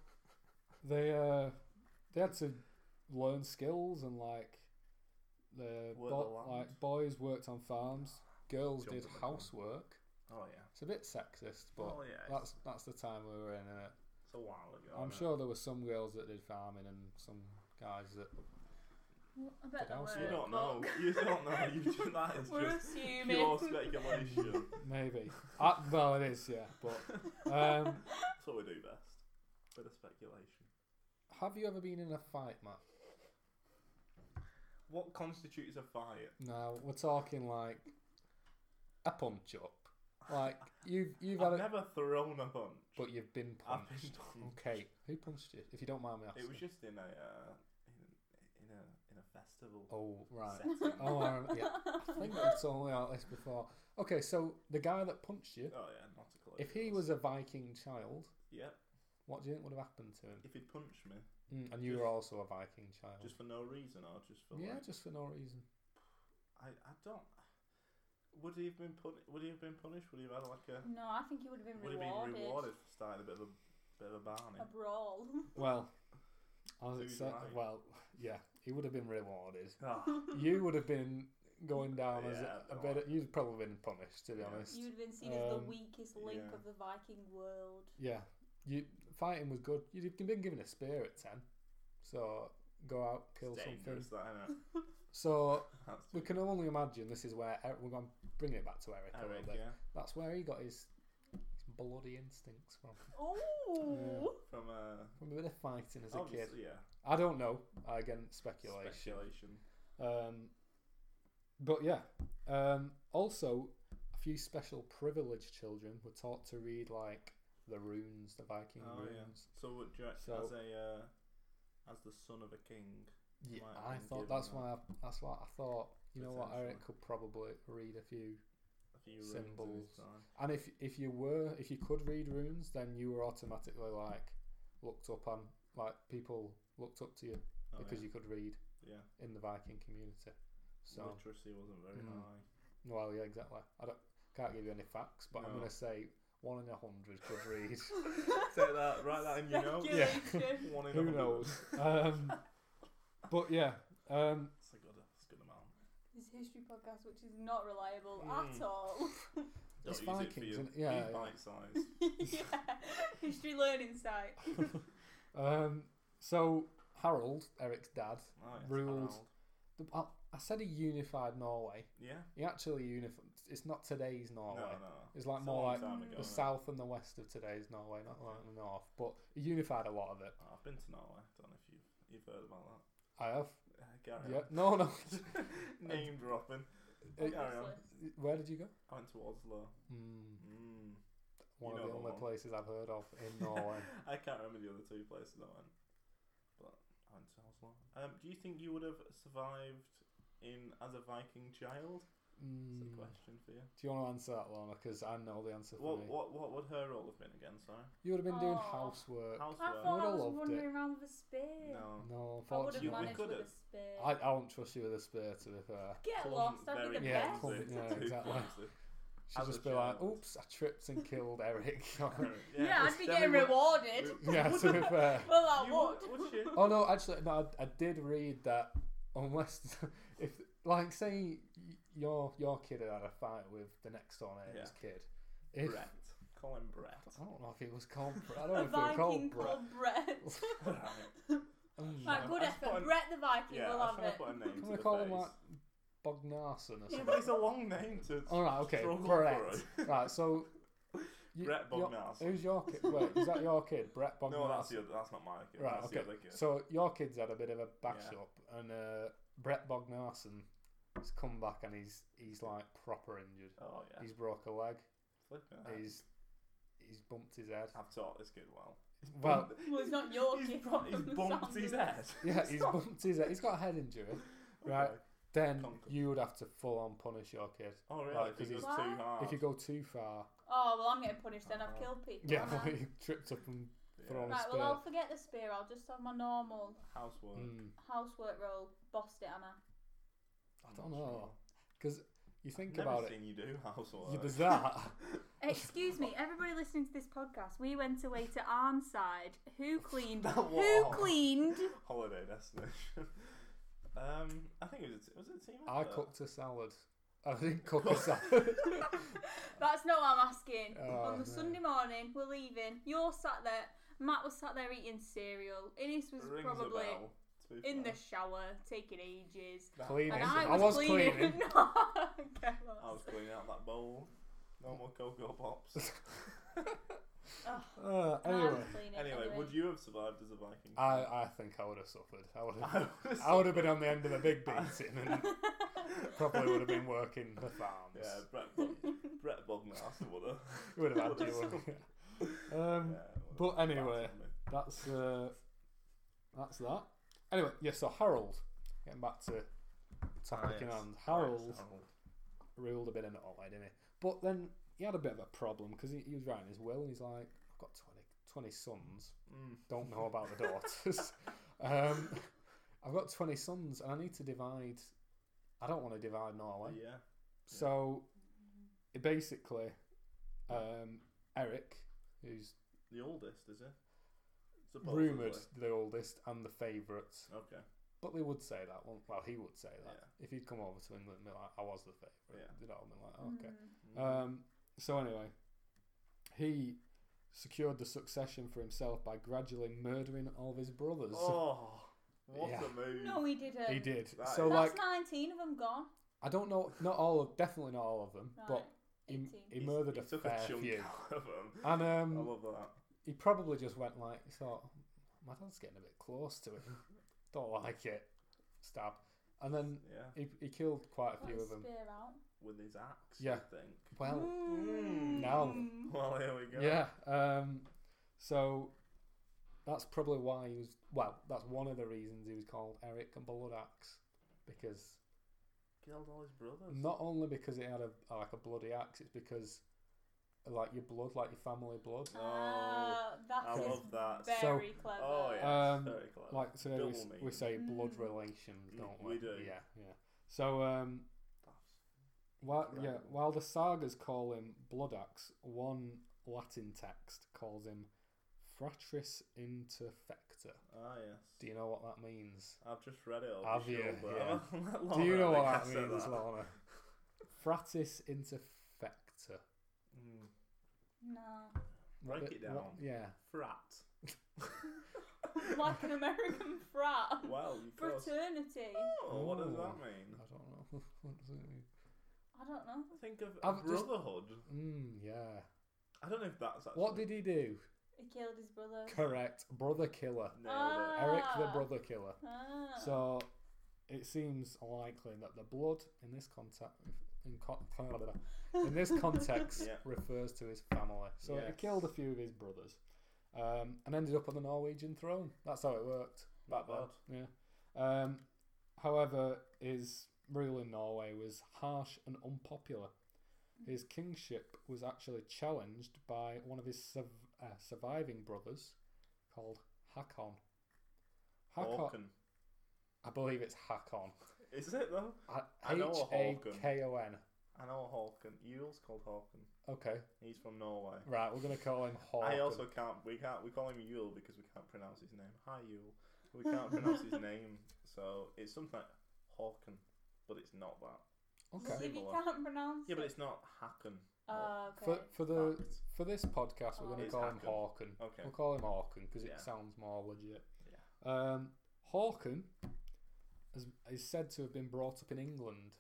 Speaker 3: they uh, they had to learn skills and like the
Speaker 1: Work the land.
Speaker 3: like boys worked on farms, girls
Speaker 1: Jump
Speaker 3: did
Speaker 1: on the farm.
Speaker 3: housework.
Speaker 1: Oh yeah.
Speaker 3: It's a bit sexist, but
Speaker 1: oh yeah. it's-
Speaker 3: that's that's the time we were in. Innit?
Speaker 1: It's a while ago.
Speaker 3: I'm
Speaker 1: innit?
Speaker 3: sure there were some girls that did farming and some guys that.
Speaker 2: I bet
Speaker 3: But
Speaker 2: there
Speaker 3: also-
Speaker 2: were.
Speaker 1: You don't know.
Speaker 2: but
Speaker 1: You don't know. You just, that is
Speaker 2: We're
Speaker 1: just
Speaker 2: assuming.
Speaker 1: pure speculation.
Speaker 3: Maybe. uh, well, it is, yeah. But um,
Speaker 1: That's what we do best. Bit of speculation.
Speaker 3: Have you ever been in a fight, Matt?
Speaker 1: What constitutes a fight?
Speaker 3: No, we're talking like a punch up. Like you've you've had
Speaker 1: I've
Speaker 3: a,
Speaker 1: never thrown a punch.
Speaker 3: but you've been
Speaker 1: I've been
Speaker 3: punched.
Speaker 1: punched.
Speaker 3: Okay, who punched you? If you don't mind me asking.
Speaker 1: It was just in a uh, in, in a in a festival.
Speaker 3: oh right.
Speaker 1: setting.
Speaker 3: Oh, I remember, yeah. I think that's only on this before. Okay, so the guy that punched you,
Speaker 1: Oh yeah, not a clue.
Speaker 3: if he was a Viking child,
Speaker 1: yeah,
Speaker 3: what do you think would have happened to him?
Speaker 1: if he punched me
Speaker 3: Mm, and you were
Speaker 1: Just-
Speaker 3: also a Viking child.
Speaker 1: just for no reason or just for
Speaker 3: yeah,
Speaker 1: like,
Speaker 3: just for no reason.
Speaker 1: I I don't. Would he have been pun- Would he have been punished? Would he have had like a?
Speaker 4: No, I think he would have been
Speaker 1: Would he have
Speaker 4: rewarded.
Speaker 1: been rewarded for starting a bit of a bit of a barney?
Speaker 4: A brawl.
Speaker 3: Well, I
Speaker 1: So
Speaker 3: was
Speaker 1: he's
Speaker 3: say,
Speaker 1: lying.
Speaker 3: well, yeah, he would have been rewarded.
Speaker 1: Ah,
Speaker 3: You would have been going down as
Speaker 1: Yeah,
Speaker 3: a, a
Speaker 1: no,
Speaker 3: bit. of- you'd probably been punished, to be
Speaker 1: Yeah.
Speaker 3: honest.
Speaker 4: You'd have been seen as the
Speaker 3: Um,
Speaker 4: weakest link
Speaker 1: yeah.
Speaker 4: of the Viking world.
Speaker 3: Yeah, you fighting was good. You'd been given a spear at ten, so go out kill
Speaker 1: it's
Speaker 3: something.
Speaker 1: dangerous, that, innit?
Speaker 3: So
Speaker 1: That's
Speaker 3: we can only imagine this is where Eric, we're going to bring it back to Eric, a
Speaker 1: Eric,
Speaker 3: little bit.
Speaker 1: yeah,
Speaker 3: That's where he got his, his bloody instincts from.
Speaker 4: Oh,
Speaker 1: from uh,
Speaker 3: From a bit of fighting as a kid.
Speaker 1: obviously, yeah,
Speaker 3: I don't know. Again, speculation.
Speaker 1: speculation.
Speaker 3: Um, but yeah. Um, also, a few special privileged children were taught to read like the runes, the Viking
Speaker 1: Oh, yeah.
Speaker 3: runes.
Speaker 1: So what do you reckon
Speaker 3: So-
Speaker 1: as a uh, as the son of a king?
Speaker 3: Yeah,
Speaker 1: might have
Speaker 3: I
Speaker 1: been
Speaker 3: thought
Speaker 1: given
Speaker 3: that's
Speaker 1: that.
Speaker 3: why. I, that's why I thought. You know what? Eric
Speaker 1: Potentially.
Speaker 3: could probably read a few.
Speaker 1: A few runes of
Speaker 3: Symbols.
Speaker 1: his time.
Speaker 3: And if if you were, if you could read runes, then you were automatically like looked up on. Like people looked up to you
Speaker 1: Oh,
Speaker 3: because you could read
Speaker 1: yeah. yeah,
Speaker 3: in the Viking community. So
Speaker 1: literacy wasn't very
Speaker 3: Mm.
Speaker 1: high.
Speaker 3: well, yeah, exactly. I don't can't give you any facts, but I'm
Speaker 1: No.
Speaker 3: gonna say one in a hundred could read.
Speaker 1: Take that, write that in your notes.
Speaker 3: Yeah.
Speaker 4: Speculation.
Speaker 1: One in a
Speaker 3: Who
Speaker 1: hundred.
Speaker 3: knows? um, but yeah, um,
Speaker 1: That's a good, that's a good amount.
Speaker 4: This history podcast, which is not reliable
Speaker 1: Mm.
Speaker 4: at all.
Speaker 1: Don't
Speaker 3: It's
Speaker 1: use it for
Speaker 3: Vikings,
Speaker 1: you.
Speaker 3: isn't it? Yeah,
Speaker 1: Be
Speaker 3: yeah.
Speaker 1: bite size.
Speaker 4: yeah, history learning site.
Speaker 3: um, so Harold, Eric's dad,
Speaker 1: Right,
Speaker 3: Ruled.
Speaker 1: Harold.
Speaker 3: the, I, I said he unified Norway.
Speaker 1: Yeah.
Speaker 3: He actually unified. It's not today's
Speaker 1: No,
Speaker 3: Norway.
Speaker 1: no.
Speaker 3: It's like
Speaker 1: It's a
Speaker 3: more
Speaker 1: long
Speaker 3: like
Speaker 1: time ago
Speaker 3: the
Speaker 1: now.
Speaker 3: south and the west of today's Norway, not like the north. But he unified a lot of it.
Speaker 1: Oh, I've been to Norway. I don't know if you've you've heard about that.
Speaker 3: I have.
Speaker 1: Uh, Gary.
Speaker 3: Yeah. No, no.
Speaker 1: Name dropping.
Speaker 3: Uh,
Speaker 1: Carry on.
Speaker 4: Obviously.
Speaker 3: Where did you go?
Speaker 1: I went to Oslo.
Speaker 3: Mm,
Speaker 1: Mm.
Speaker 3: one
Speaker 1: You
Speaker 3: of
Speaker 1: know
Speaker 3: the
Speaker 1: the
Speaker 3: only
Speaker 1: one.
Speaker 3: places I've heard of in Norway.
Speaker 1: I can't remember the other two places I went, but I went to Oslo. Um, do you think you would have survived in as a Viking child? That's
Speaker 3: Mm,
Speaker 1: a
Speaker 3: do
Speaker 1: question for you.
Speaker 3: you want to answer that, Lorna? Because I know the answer for
Speaker 1: What
Speaker 3: me.
Speaker 1: what what would her role have been again? Sorry,
Speaker 3: You would have been doing
Speaker 4: Aw.
Speaker 3: housework.
Speaker 4: I
Speaker 1: housework.
Speaker 4: thought I
Speaker 3: Would've
Speaker 4: was
Speaker 3: loved it.
Speaker 4: wandering around with a spear.
Speaker 1: No,
Speaker 3: No,
Speaker 4: I would have
Speaker 1: You- we
Speaker 3: unfortunately.
Speaker 4: managed with a
Speaker 1: could've.
Speaker 4: spear.
Speaker 3: I, I won't trust you with a spear, to be fair.
Speaker 4: Get
Speaker 1: Clumsy,
Speaker 4: lost. I'd be
Speaker 1: very
Speaker 4: the
Speaker 3: Yeah,
Speaker 4: best.
Speaker 1: clumsy,
Speaker 3: Yeah,
Speaker 1: too
Speaker 3: exactly.
Speaker 1: clumsy.
Speaker 3: She'd
Speaker 1: As a
Speaker 3: just be like,
Speaker 1: child.
Speaker 3: oops, I tripped and killed Eric.
Speaker 4: Yeah, I'd
Speaker 1: it's
Speaker 4: be
Speaker 1: definitely
Speaker 4: getting
Speaker 1: what-
Speaker 4: rewarded.
Speaker 3: yeah, to be fair.
Speaker 4: Well, I
Speaker 1: You
Speaker 4: would.
Speaker 1: would, would you?
Speaker 3: Oh no, actually, no. I, I did read that unless, if like, say y- your your kid had had a fight with the next door neighbour's kid, if Oh.
Speaker 1: Brett. Call him Brett.
Speaker 3: I don't know if it was called, Brett, I
Speaker 4: A
Speaker 3: don't know if it was
Speaker 4: Viking
Speaker 3: called Brett.
Speaker 4: called Brett.
Speaker 1: Right.
Speaker 3: Mm.
Speaker 4: Right, good
Speaker 1: I just
Speaker 4: effort.
Speaker 1: want-
Speaker 4: Brett the Viking,
Speaker 1: Yeah,
Speaker 4: we'll
Speaker 1: I'm
Speaker 4: have
Speaker 1: trying
Speaker 4: it.
Speaker 1: to put a name
Speaker 3: Can
Speaker 1: to
Speaker 3: we
Speaker 1: the
Speaker 3: call
Speaker 1: face.
Speaker 3: him, like, Bognarson or
Speaker 1: Yeah, but it's
Speaker 3: something.
Speaker 1: a long name to.
Speaker 3: All right, okay,
Speaker 1: struggle
Speaker 3: Brett.
Speaker 1: through.
Speaker 3: Right, so you-
Speaker 1: Brett
Speaker 3: your-
Speaker 1: Bognars.
Speaker 3: Who's your kid? Wait, is that your kid, Brett Bognarson?
Speaker 1: No, that's the other, that's not my kid.
Speaker 3: Right,
Speaker 1: that's
Speaker 3: okay.
Speaker 1: The other kid.
Speaker 3: So your kids had a bit of a bash
Speaker 1: Yeah.
Speaker 3: up, and uh, Brett Bognarson has come back and he's he's like proper injured.
Speaker 1: oh yeah. Uh-huh.
Speaker 3: He's broke a leg.
Speaker 1: Flipping
Speaker 3: He's he's bumped his head.
Speaker 1: I've taught this kid well. He's
Speaker 3: Well-
Speaker 1: bumped-
Speaker 4: Well, it's not your
Speaker 1: he's,
Speaker 4: kid.
Speaker 1: bu- he's
Speaker 4: Sounds
Speaker 1: bumped his
Speaker 4: like-
Speaker 1: head.
Speaker 3: Yeah, he's
Speaker 1: Stop.
Speaker 3: bumped his head. He's got a head injury.
Speaker 1: Okay.
Speaker 3: right. Then
Speaker 1: Conquer.
Speaker 3: you would have to full on punish your kid
Speaker 1: Oh, really?
Speaker 3: Right,
Speaker 1: If
Speaker 3: 'cause
Speaker 1: he goes
Speaker 3: he's-
Speaker 1: too
Speaker 4: Why?
Speaker 1: hard.
Speaker 3: if you go too far.
Speaker 4: Oh, well, I'm getting punished then. I've
Speaker 1: Uh-huh.
Speaker 4: killed people.
Speaker 3: Yeah,
Speaker 4: haven't I?
Speaker 3: but you tripped up and
Speaker 1: yeah.
Speaker 3: thrown a
Speaker 4: Right,
Speaker 3: spear.
Speaker 4: well, I'll forget the spear. I'll just have my normal
Speaker 1: housework.
Speaker 3: Mm.
Speaker 4: housework role. Bossed it, Anna.
Speaker 1: I'm
Speaker 3: I
Speaker 1: not
Speaker 3: don't know.
Speaker 1: sure.
Speaker 3: Because you think
Speaker 1: Never
Speaker 3: about it.
Speaker 1: seen you do housework.
Speaker 3: Yeah, there's that.
Speaker 4: Excuse me, everybody listening to this podcast, we went away to Arnside. Who cleaned?
Speaker 1: That
Speaker 4: who
Speaker 1: was-
Speaker 4: cleaned?
Speaker 1: Holiday destination. um, I think it was a, was it a team
Speaker 3: I
Speaker 1: effort?
Speaker 3: cooked a salad. I didn't cook a salad.
Speaker 4: That's not what I'm asking.
Speaker 3: Oh,
Speaker 4: On the
Speaker 3: no.
Speaker 4: Sunday morning, we're leaving. You're sat there. Matt was sat there eating cereal. Innes was
Speaker 1: Rings a
Speaker 4: probably
Speaker 1: bell. to be
Speaker 4: in the
Speaker 1: fair.
Speaker 4: shower, taking ages.
Speaker 1: That-
Speaker 3: Cleaning.
Speaker 4: And
Speaker 3: Yes,
Speaker 4: I
Speaker 3: I
Speaker 4: was,
Speaker 3: was
Speaker 4: cleaning.
Speaker 3: cleaning.
Speaker 4: no, okay,
Speaker 1: Oh, I was cleaning out that bowl. No more cocoa pops.
Speaker 2: Ugh.
Speaker 3: Uh,
Speaker 1: Um,
Speaker 2: Nah, I
Speaker 3: anyway,
Speaker 2: would clean it
Speaker 1: Anyway, would you have survived as a Viking?
Speaker 3: I, I think I would have suffered. I would have.
Speaker 1: would've
Speaker 3: I would have
Speaker 1: suffered.
Speaker 3: been on the end of a big beating and probably would have been working the farms.
Speaker 1: Yeah, Brett, Bog- Brett Bogmaster would have.
Speaker 3: You would have had
Speaker 1: Would
Speaker 3: to.
Speaker 1: have
Speaker 3: wouldn't
Speaker 1: suffered.
Speaker 3: you? Um,
Speaker 1: Yeah, would
Speaker 3: but
Speaker 1: have
Speaker 3: anyway.
Speaker 1: battered me.
Speaker 3: that's uh, that's that. Anyway, yes. so Harold, getting back to topic
Speaker 1: Ah,
Speaker 3: in
Speaker 1: yes.
Speaker 3: hand.
Speaker 1: Right,
Speaker 3: Harold
Speaker 1: so Harold.
Speaker 3: ruled a bit in it all, right, didn't he? But then he had a bit of a problem because he, he was writing his will and he's like, I've got 20, 20 sons.
Speaker 1: Mm.
Speaker 3: Don't know about the daughters. um, I've got 20 sons and I need to divide. I don't want to divide Norway.
Speaker 1: Yeah.
Speaker 3: So it basically, um, Eric, who's
Speaker 1: The oldest, is it?
Speaker 3: rumoured the oldest and the favourite,
Speaker 1: Okay.
Speaker 3: but they would say that. Well, well, he would say that.
Speaker 1: Yeah.
Speaker 3: If he'd come over to England and be like, I was the favourite,
Speaker 1: Yeah.
Speaker 3: they'd all be like,
Speaker 4: Mm.
Speaker 3: okay. Um, so anyway, he secured the succession for himself by gradually murdering all of his brothers.
Speaker 1: oh, what
Speaker 3: Yeah.
Speaker 1: a move.
Speaker 2: No, he didn't.
Speaker 3: He did.
Speaker 1: That
Speaker 3: so
Speaker 1: is-
Speaker 2: That's
Speaker 3: like,
Speaker 2: 19 of them gone.
Speaker 3: I don't know, not all of, definitely not all of them,
Speaker 2: Right.
Speaker 3: but he,
Speaker 2: 18.
Speaker 3: he murdered
Speaker 1: he
Speaker 3: a
Speaker 1: took
Speaker 3: fair
Speaker 1: a chunk
Speaker 3: few.
Speaker 1: out of them.
Speaker 3: And
Speaker 1: I
Speaker 3: um,
Speaker 1: love that.
Speaker 3: he probably just went like, he thought, my dad's getting a bit close to him. don't like it. Stab. And then
Speaker 1: Yeah,
Speaker 3: he, he killed quite a
Speaker 2: Got
Speaker 3: few
Speaker 2: his
Speaker 3: of them.
Speaker 2: spear out.
Speaker 1: with his axe.
Speaker 3: Yeah.
Speaker 1: I think.
Speaker 3: Well,
Speaker 2: Mm.
Speaker 3: now-
Speaker 1: Well, here we go.
Speaker 3: Yeah. Um, so that's probably why he was. Well, that's one of the reasons he was called Eric and Blood Axe, because
Speaker 1: Killed all his brothers.
Speaker 3: not only because it had a like a bloody axe, it's because like your blood, like your family blood.
Speaker 2: Ah, that
Speaker 1: Oh, I
Speaker 2: is
Speaker 1: love that.
Speaker 3: So-
Speaker 2: very clever.
Speaker 1: Oh yeah.
Speaker 3: Um,
Speaker 1: very clever.
Speaker 3: Like so we,
Speaker 1: Double
Speaker 3: s- we
Speaker 1: meaning.
Speaker 3: say blood
Speaker 2: Mm.
Speaker 3: relations,
Speaker 1: Mm,
Speaker 3: don't we?
Speaker 1: we do.
Speaker 3: Yeah, yeah. So um,
Speaker 1: That's-
Speaker 3: while, yeah,
Speaker 1: Incredible.
Speaker 3: while the sagas call him Blood Axe, one Latin text calls him Fratris Interfecta.
Speaker 1: ah yes.
Speaker 3: Do you know what that means?
Speaker 1: I've just read it. I'll
Speaker 3: Have
Speaker 1: be
Speaker 3: you?
Speaker 1: sure, but
Speaker 3: Yeah.
Speaker 1: I'll let
Speaker 3: Do
Speaker 1: Laura
Speaker 3: you know
Speaker 1: think
Speaker 3: what
Speaker 1: I
Speaker 3: that
Speaker 1: said
Speaker 3: means,
Speaker 1: that.
Speaker 3: Lorna? Fratis interfecta.
Speaker 1: Mm.
Speaker 2: No.
Speaker 3: What
Speaker 1: Break
Speaker 3: the-
Speaker 1: it down.
Speaker 3: what- yeah.
Speaker 1: Frat.
Speaker 2: Like an American frat.
Speaker 1: Well, you first.
Speaker 2: Fraternity.
Speaker 1: Oh, what does that
Speaker 3: Oh.
Speaker 1: mean?
Speaker 3: I don't know. What does it mean?
Speaker 2: I don't know.
Speaker 1: Think of
Speaker 3: I've just-
Speaker 1: brotherhood.
Speaker 3: Mm, yeah.
Speaker 1: I don't know if that's actually.
Speaker 3: What did he do?
Speaker 2: He killed his brother.
Speaker 3: Correct. Brother killer.
Speaker 1: Nailed it.
Speaker 3: Eric the
Speaker 2: Ah.
Speaker 3: brother killer.
Speaker 2: Ah.
Speaker 3: So it seems likely that the blood in this contact in, con- in this context
Speaker 1: Yeah.
Speaker 3: refers to his family. So he
Speaker 1: Yes.
Speaker 3: killed a few of his brothers um, and ended up on the Norwegian throne. That's how it worked.
Speaker 1: Not bad.
Speaker 3: Yeah. Um, however, his rule in Norway was harsh and unpopular. His kingship was actually challenged by one of his suv- uh, surviving brothers called Hakon. Hakon,
Speaker 1: Hawken.
Speaker 3: I believe it's Hakon.
Speaker 1: Is it though? I
Speaker 3: H
Speaker 1: know a
Speaker 3: A
Speaker 1: Håkon.
Speaker 3: K O N.
Speaker 1: I know Hawken. Yule's called Hawken.
Speaker 3: Okay,
Speaker 1: He's from Norway.
Speaker 3: right, we're gonna call him Hawken.
Speaker 1: I also can't. We can't. We call him Yule because we can't pronounce his name. Hi Yule. We can't pronounce his name, so it's something like Hawken, but it's not that.
Speaker 3: okay.
Speaker 2: If you
Speaker 1: Similar.
Speaker 2: can't pronounce
Speaker 1: Yeah, but
Speaker 2: it.
Speaker 1: it's not Hacken.
Speaker 2: Oh, okay.
Speaker 3: For for the
Speaker 1: Fact.
Speaker 3: for this podcast, we're gonna
Speaker 1: It's
Speaker 3: call him
Speaker 1: Håkon.
Speaker 3: Hawken.
Speaker 1: Okay.
Speaker 3: We'll call him Hawken because
Speaker 1: Yeah.
Speaker 3: it sounds more legit.
Speaker 1: Yeah.
Speaker 3: Um, Hawken is, is said to have been brought up in England.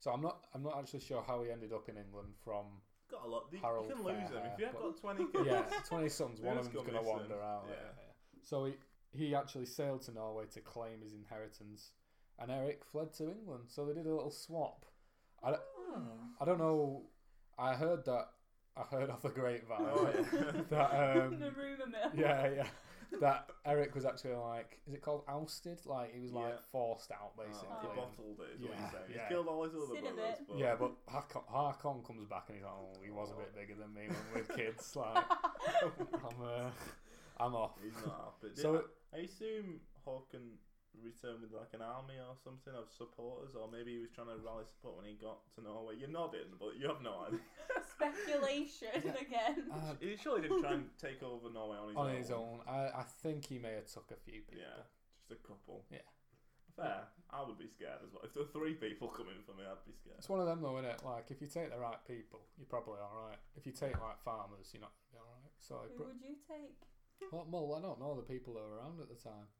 Speaker 3: So I'm not I'm not actually sure how he ended up in England from
Speaker 1: Got a lot. You,
Speaker 3: Harold
Speaker 1: you can lose them if you have
Speaker 3: Fairhair,
Speaker 1: got twenty kids.
Speaker 3: yeah twenty sons one of
Speaker 1: Who's
Speaker 3: them's
Speaker 1: gone
Speaker 3: going to
Speaker 1: missing?
Speaker 3: wander out.
Speaker 1: Yeah.
Speaker 3: So he he actually sailed to Norway to claim his inheritance, and Eric fled to England. So they did a little swap. I don't,
Speaker 1: Ah.
Speaker 3: I don't know. I heard that I heard off the grapevine
Speaker 1: Oh, yeah.
Speaker 3: that um,
Speaker 2: the rumour mill.
Speaker 3: yeah, yeah. That Eric was actually like, is it called ousted? Like he was like
Speaker 1: Yeah.
Speaker 3: forced out
Speaker 1: Oh,
Speaker 3: basically.
Speaker 1: he
Speaker 2: Oh.
Speaker 1: bottled it. Is what
Speaker 3: Yeah,
Speaker 1: he's saying.
Speaker 3: yeah.
Speaker 1: He's killed all his other
Speaker 2: Sin of
Speaker 1: brothers.
Speaker 2: it.
Speaker 1: But
Speaker 3: yeah, but Harkon, Harkon comes back and he's like, oh, he was a bit bigger than me when we were kids. Like, I'm, uh, I'm off.
Speaker 1: he's not happy.
Speaker 3: So
Speaker 1: So I assume Hawken returned with like an army or something of supporters, or maybe he was trying to rally support when he got to Norway. You're nodding, but you have no idea.
Speaker 2: Speculation
Speaker 3: Yeah.
Speaker 2: again.
Speaker 3: uh,
Speaker 1: He surely didn't try and take over Norway on his
Speaker 3: on
Speaker 1: own.
Speaker 3: his own, I, I think he may have took a few people.
Speaker 1: Yeah, just a couple.
Speaker 3: Yeah.
Speaker 1: Fair. I would be scared as well. If there were three people coming for me, I'd be scared.
Speaker 3: It's one of them though, isn't it? Like, if you take the right people, you're probably all right. If you take like farmers, you're not gonna be all right. So,
Speaker 2: Who
Speaker 3: but,
Speaker 2: would you take?
Speaker 3: well, well, I don't know the people that were around at the time.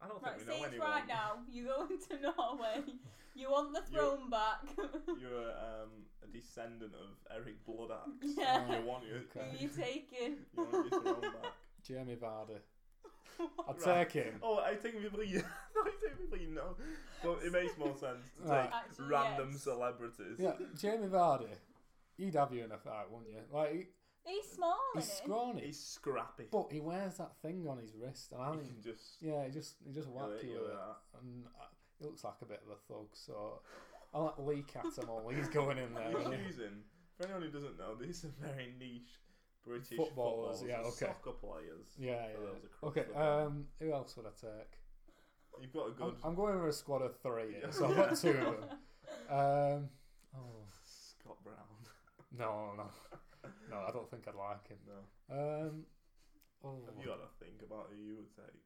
Speaker 1: I don't think
Speaker 4: Right,
Speaker 1: we
Speaker 4: see
Speaker 1: know
Speaker 4: it's
Speaker 1: anyone.
Speaker 4: right now. You go into Norway. You want the
Speaker 1: You-
Speaker 4: throne back.
Speaker 1: You're um, a descendant of Eric Bloodaxe.
Speaker 4: Yeah.
Speaker 1: You want your,
Speaker 4: Who
Speaker 3: Okay.
Speaker 4: you taking?
Speaker 1: you want your throne back.
Speaker 3: Jamie Vardy. I'd
Speaker 1: Right.
Speaker 3: take him.
Speaker 1: Oh, I think people you, I think people you know. Well, it makes more sense to
Speaker 3: Right.
Speaker 1: take
Speaker 4: Actually,
Speaker 1: random
Speaker 4: yes.
Speaker 1: celebrities.
Speaker 3: Yeah, Jamie Vardy. He'd have you in a fight, wouldn't you? Like he,
Speaker 4: He's small,
Speaker 3: he's
Speaker 4: isn't he?
Speaker 3: scrawny,
Speaker 1: He's scrappy.
Speaker 3: but he wears that thing on his wrist, and I
Speaker 1: You
Speaker 3: think
Speaker 1: can just
Speaker 3: yeah, he just he just whack
Speaker 1: look at
Speaker 3: you
Speaker 1: you
Speaker 3: with
Speaker 1: like
Speaker 3: it.
Speaker 1: that.
Speaker 3: And uh, he looks like a bit of a thug, so I like leak at him all. He's going in there.
Speaker 1: You're
Speaker 3: isn't he?
Speaker 1: choosing, for anyone who doesn't know, these are very niche British
Speaker 3: Footballers,
Speaker 1: footballers,
Speaker 3: yeah,
Speaker 1: and
Speaker 3: okay.
Speaker 1: soccer players.
Speaker 3: Yeah,
Speaker 1: So that was a
Speaker 3: yeah.
Speaker 1: cross
Speaker 3: Okay,
Speaker 1: foot ball.
Speaker 3: um, who else would I take?
Speaker 1: You've got a
Speaker 3: I'm,
Speaker 1: good
Speaker 3: I'm going with a squad of three,
Speaker 1: Yeah.
Speaker 3: here, so I've got two of them. Um, oh
Speaker 1: Scott Brown.
Speaker 3: no, no, no! I don't think I'd like him.
Speaker 1: No.
Speaker 3: Um, oh,
Speaker 1: Have you got to think about who you would take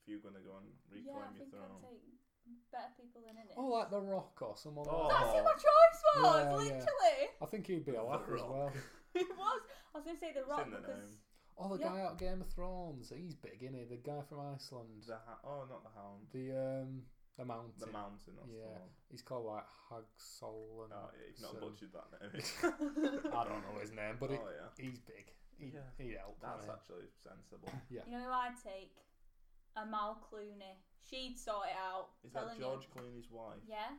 Speaker 1: if you're going to go and reclaim
Speaker 4: Yeah, I
Speaker 1: your
Speaker 4: think
Speaker 1: throne?
Speaker 4: I'd take better people than it.
Speaker 3: oh, like the Rock or someone.
Speaker 1: Oh.
Speaker 3: Like
Speaker 4: That's who my
Speaker 1: Oh.
Speaker 4: choice was,
Speaker 3: Yeah, yeah.
Speaker 4: literally.
Speaker 3: I think he'd be a
Speaker 1: The
Speaker 3: laugh as
Speaker 1: Rock.
Speaker 3: well.
Speaker 4: It was. I was going to say The
Speaker 1: It's
Speaker 4: Rock
Speaker 1: in the
Speaker 4: because.
Speaker 1: name.
Speaker 3: Oh, the
Speaker 4: Yeah.
Speaker 3: guy out of Game of Thrones. He's big, isn't he? The guy from Iceland.
Speaker 1: The ha- oh, not the hound.
Speaker 3: The um, the mountain.
Speaker 1: The mountain, that's
Speaker 3: Yeah.
Speaker 1: the one.
Speaker 3: He's called like
Speaker 1: Oh,
Speaker 3: Hagsolon.
Speaker 1: yeah, you've not
Speaker 3: so-
Speaker 1: butchered that name.
Speaker 3: I don't know his name, but it,
Speaker 1: oh, yeah.
Speaker 3: he's big. He,
Speaker 1: Yeah.
Speaker 3: He'd help.
Speaker 1: That's
Speaker 3: wouldn't
Speaker 1: actually sensible.
Speaker 4: You know who I'd take? Amal Clooney. She'd sort it out.
Speaker 1: Is that
Speaker 4: telling you.
Speaker 1: George Clooney's wife?
Speaker 4: Yeah.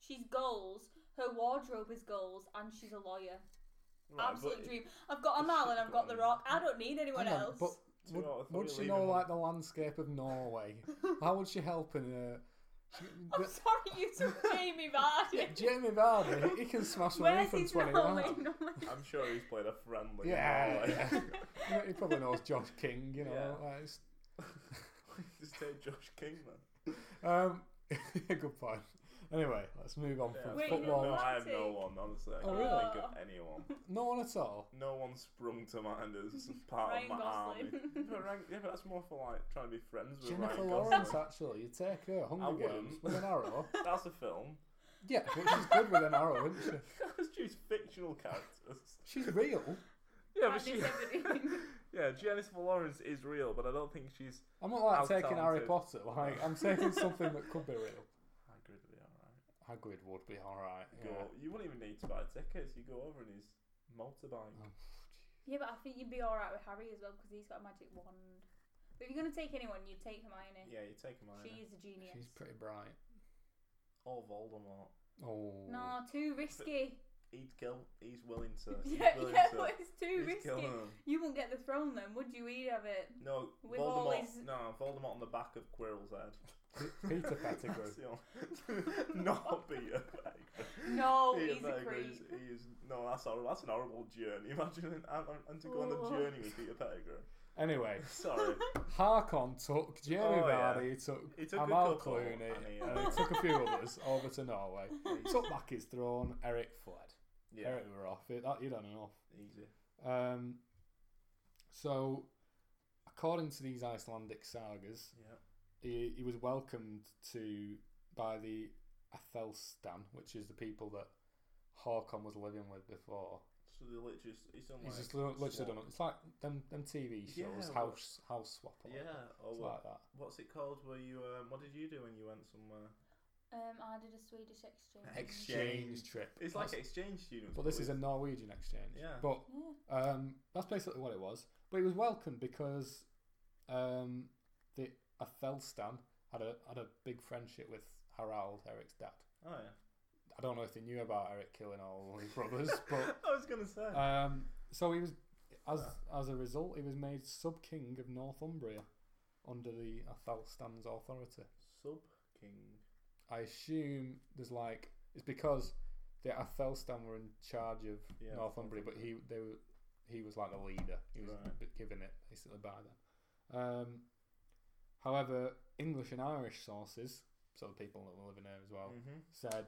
Speaker 4: She's goals. Her wardrobe is goals, and she's a lawyer.
Speaker 1: Right,
Speaker 4: Absolute
Speaker 1: but
Speaker 4: dream. I've got Amal and I've got The Rock. I don't need
Speaker 3: he?
Speaker 4: anyone
Speaker 3: Hang on,
Speaker 4: else.
Speaker 3: but
Speaker 1: Two
Speaker 3: would,
Speaker 1: out of
Speaker 3: would
Speaker 1: three
Speaker 3: she
Speaker 1: leave
Speaker 3: know
Speaker 1: him.
Speaker 3: like the landscape of Norway? How would she help in a? She,
Speaker 4: I'm
Speaker 3: the-
Speaker 4: sorry, you took Jamie Vardy.
Speaker 3: yeah, Jamie Vardy, he can smash away
Speaker 4: Where's
Speaker 3: from
Speaker 4: his
Speaker 3: twenty
Speaker 4: Norway?
Speaker 3: yards.
Speaker 4: Norway.
Speaker 1: I'm sure he's played a friendly. in
Speaker 3: Yeah,
Speaker 1: Norway.
Speaker 3: yeah. You know, he probably knows Josh King. You know,
Speaker 1: Yeah.
Speaker 3: like, it's-
Speaker 1: Just take Josh King then.
Speaker 3: um, good point. Anyway, let's move on
Speaker 1: Yeah.
Speaker 3: from
Speaker 4: Wait,
Speaker 3: football.
Speaker 1: no,
Speaker 4: no,
Speaker 1: I have
Speaker 4: Celtic.
Speaker 1: no one, honestly. I
Speaker 3: Oh,
Speaker 1: can't
Speaker 4: really?
Speaker 1: think of anyone.
Speaker 3: No one at all.
Speaker 1: No one sprung to mind as
Speaker 3: Oh,
Speaker 1: part
Speaker 4: Ryan
Speaker 1: of my army.
Speaker 4: Gosling.
Speaker 1: Yeah, but Ryan- yeah, but that's more for like trying to be friends with
Speaker 3: Jennifer
Speaker 1: Ryan
Speaker 3: Lawrence,
Speaker 1: Gosling.
Speaker 3: actually, you take her
Speaker 1: I
Speaker 3: Hunger Games
Speaker 1: wouldn't.
Speaker 3: with an arrow.
Speaker 1: That's a film.
Speaker 3: Yeah, but she's good with an arrow, isn't she?
Speaker 1: Let's choose fictional characters.
Speaker 3: She's real.
Speaker 1: Yeah,
Speaker 2: Can't
Speaker 1: but she,
Speaker 2: do somebody.
Speaker 1: yeah, Jennifer Lawrence is real, but I don't think she's
Speaker 3: I'm not like
Speaker 1: How
Speaker 3: taking Harry
Speaker 1: talented.
Speaker 3: Potter. Like I'm taking something that could be real.
Speaker 1: Hagrid. would be All
Speaker 3: Hagrid would be all right.
Speaker 1: right. Go. You wouldn't even need to buy tickets. You go over in his motorbike.
Speaker 3: Oh.
Speaker 4: Yeah, but I think you'd be alright with Harry as well because he's got a magic wand. But if you're going to take anyone, you'd take Hermione.
Speaker 1: Yeah, you take him.
Speaker 4: She is a genius.
Speaker 3: She's pretty bright.
Speaker 1: Or Voldemort.
Speaker 3: Oh.
Speaker 4: No, too risky.
Speaker 1: He'd kill. He's willing to. He's
Speaker 4: yeah,
Speaker 1: willing
Speaker 4: yeah,
Speaker 1: to.
Speaker 4: but it's too
Speaker 1: he'd kill
Speaker 4: risky.
Speaker 1: him.
Speaker 4: You wouldn't get the throne then, would you? He'd have it.
Speaker 1: No,
Speaker 4: With
Speaker 1: Voldemort.
Speaker 4: all his-
Speaker 1: No, Voldemort on the back of Quirrell's head.
Speaker 3: P- Peter Pettigrew.
Speaker 1: That's the only- Not Peter Pettigrew.
Speaker 4: No,
Speaker 1: Peter
Speaker 4: he's a
Speaker 1: Pettigrew is-
Speaker 4: creep.
Speaker 1: He is, no, that's horrible. That's an horrible journey. Imagine an, and, and to go on a
Speaker 4: Oh.
Speaker 1: journey with Peter Pettigrew.
Speaker 3: Anyway,
Speaker 1: Sorry,
Speaker 3: Harkon took Jamie
Speaker 1: Oh, yeah.
Speaker 3: Vardy, he took
Speaker 1: He took a
Speaker 3: Amal
Speaker 1: couple,
Speaker 3: Clooney,
Speaker 1: and he, uh,
Speaker 3: and he took a few others over to Norway.
Speaker 1: He's-
Speaker 3: took back his throne. Eric fled.
Speaker 1: yeah,
Speaker 3: Eric were off it. That you don't know.
Speaker 1: easy.
Speaker 3: Um, so, according to these Icelandic sagas,
Speaker 1: Yeah,
Speaker 3: he, he was welcomed to by the Athelstan, which is the people that Harkon was living with before.
Speaker 1: so they literally, s- it's on
Speaker 3: He's
Speaker 1: like
Speaker 3: just li- literally
Speaker 1: swap.
Speaker 3: done it. It's like them them TV shows,
Speaker 1: Yeah,
Speaker 3: house house swap. Or
Speaker 1: Yeah, or
Speaker 3: it's
Speaker 1: what,
Speaker 3: like that.
Speaker 1: what's it called? Where you? Um, what did you do when you went somewhere?
Speaker 4: Um, I did a Swedish exchange.
Speaker 1: Exchange.
Speaker 3: Exchange trip.
Speaker 1: It's like
Speaker 3: That's-
Speaker 1: exchange students.
Speaker 3: but this is a
Speaker 1: with-
Speaker 3: Norwegian exchange.
Speaker 1: Yeah.
Speaker 3: But
Speaker 4: Yeah.
Speaker 3: Um, that's basically what it was. But it was welcomed because um, the Athelstan had a had a big friendship with Harald, Eric's dad.
Speaker 1: Oh yeah.
Speaker 3: I don't know if they knew about Eric killing all his brothers, but
Speaker 1: I was gonna say.
Speaker 3: um, so he was as as a result, he was made sub king of Northumbria under the Athelstan's authority.
Speaker 1: Sub King.
Speaker 3: I assume there's like it's because the Athelstan were in charge of
Speaker 1: Yeah,
Speaker 3: Northumbria, but he they were, he was like the leader. He was
Speaker 1: Right.
Speaker 3: b given it basically by them. Um, however, English and Irish sources, so the people that were living there as well,
Speaker 1: Mm-hmm.
Speaker 3: said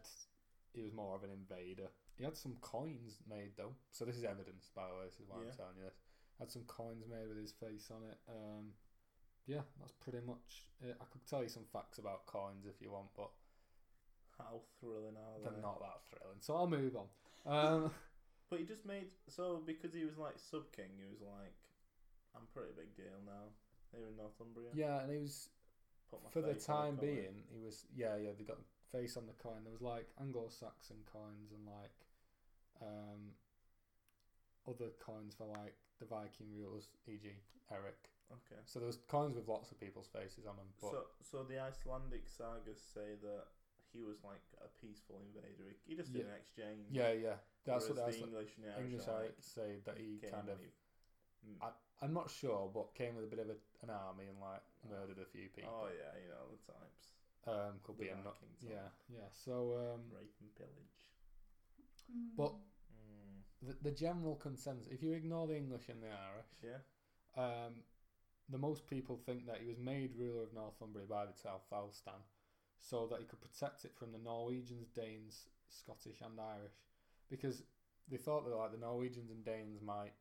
Speaker 3: he was more of an invader. He had some coins made though, so this is evidence by the way. This is why
Speaker 1: Yeah.
Speaker 3: I'm telling you this. Had some coins made with his face on it. Um, yeah, that's pretty much it. I could tell you some facts about coins if you want, but
Speaker 1: How thrilling are
Speaker 3: they're
Speaker 1: they?
Speaker 3: not that thrilling. So I'll move on. Um,
Speaker 1: But he just made so because he was like sub king, he was like, I'm pretty big deal now. They were in Northumbria.
Speaker 3: yeah, and he was
Speaker 1: put my
Speaker 3: for the
Speaker 1: face on
Speaker 3: time
Speaker 1: colour.
Speaker 3: being, he was yeah yeah they got the face on the coin. There was like Anglo-Saxon coins and like um, other coins for like the Viking rulers, e.g. Eric.
Speaker 1: Okay.
Speaker 3: So there was coins with lots of people's faces on them. But
Speaker 1: So, so the Icelandic sagas say that he was like a peaceful invader. He- He just did an
Speaker 3: Yeah.
Speaker 1: exchange.
Speaker 3: yeah yeah that's what
Speaker 1: whereas the
Speaker 3: that's what
Speaker 1: English and the Irish
Speaker 3: English
Speaker 1: are
Speaker 3: Eric
Speaker 1: like,
Speaker 3: say that he
Speaker 1: came
Speaker 3: kind of.
Speaker 1: with- Mm.
Speaker 3: I, I'm not sure, but came with a bit of a, an army and like murdered a few people.
Speaker 1: Oh yeah, you know the types.
Speaker 3: Um, could
Speaker 1: The
Speaker 3: be a not.
Speaker 1: Vikings
Speaker 3: Yeah, yeah. So um,
Speaker 1: rape and pillage.
Speaker 3: But-
Speaker 1: Mm.
Speaker 3: the, the general consensus, if you ignore the English and the Irish,
Speaker 1: Yeah.
Speaker 3: um, the most people think that he was made ruler of Northumbria by the Talfalstan so that he could protect it from the Norwegians, Danes, Scottish, and Irish, because they thought that like the Norwegians and Danes might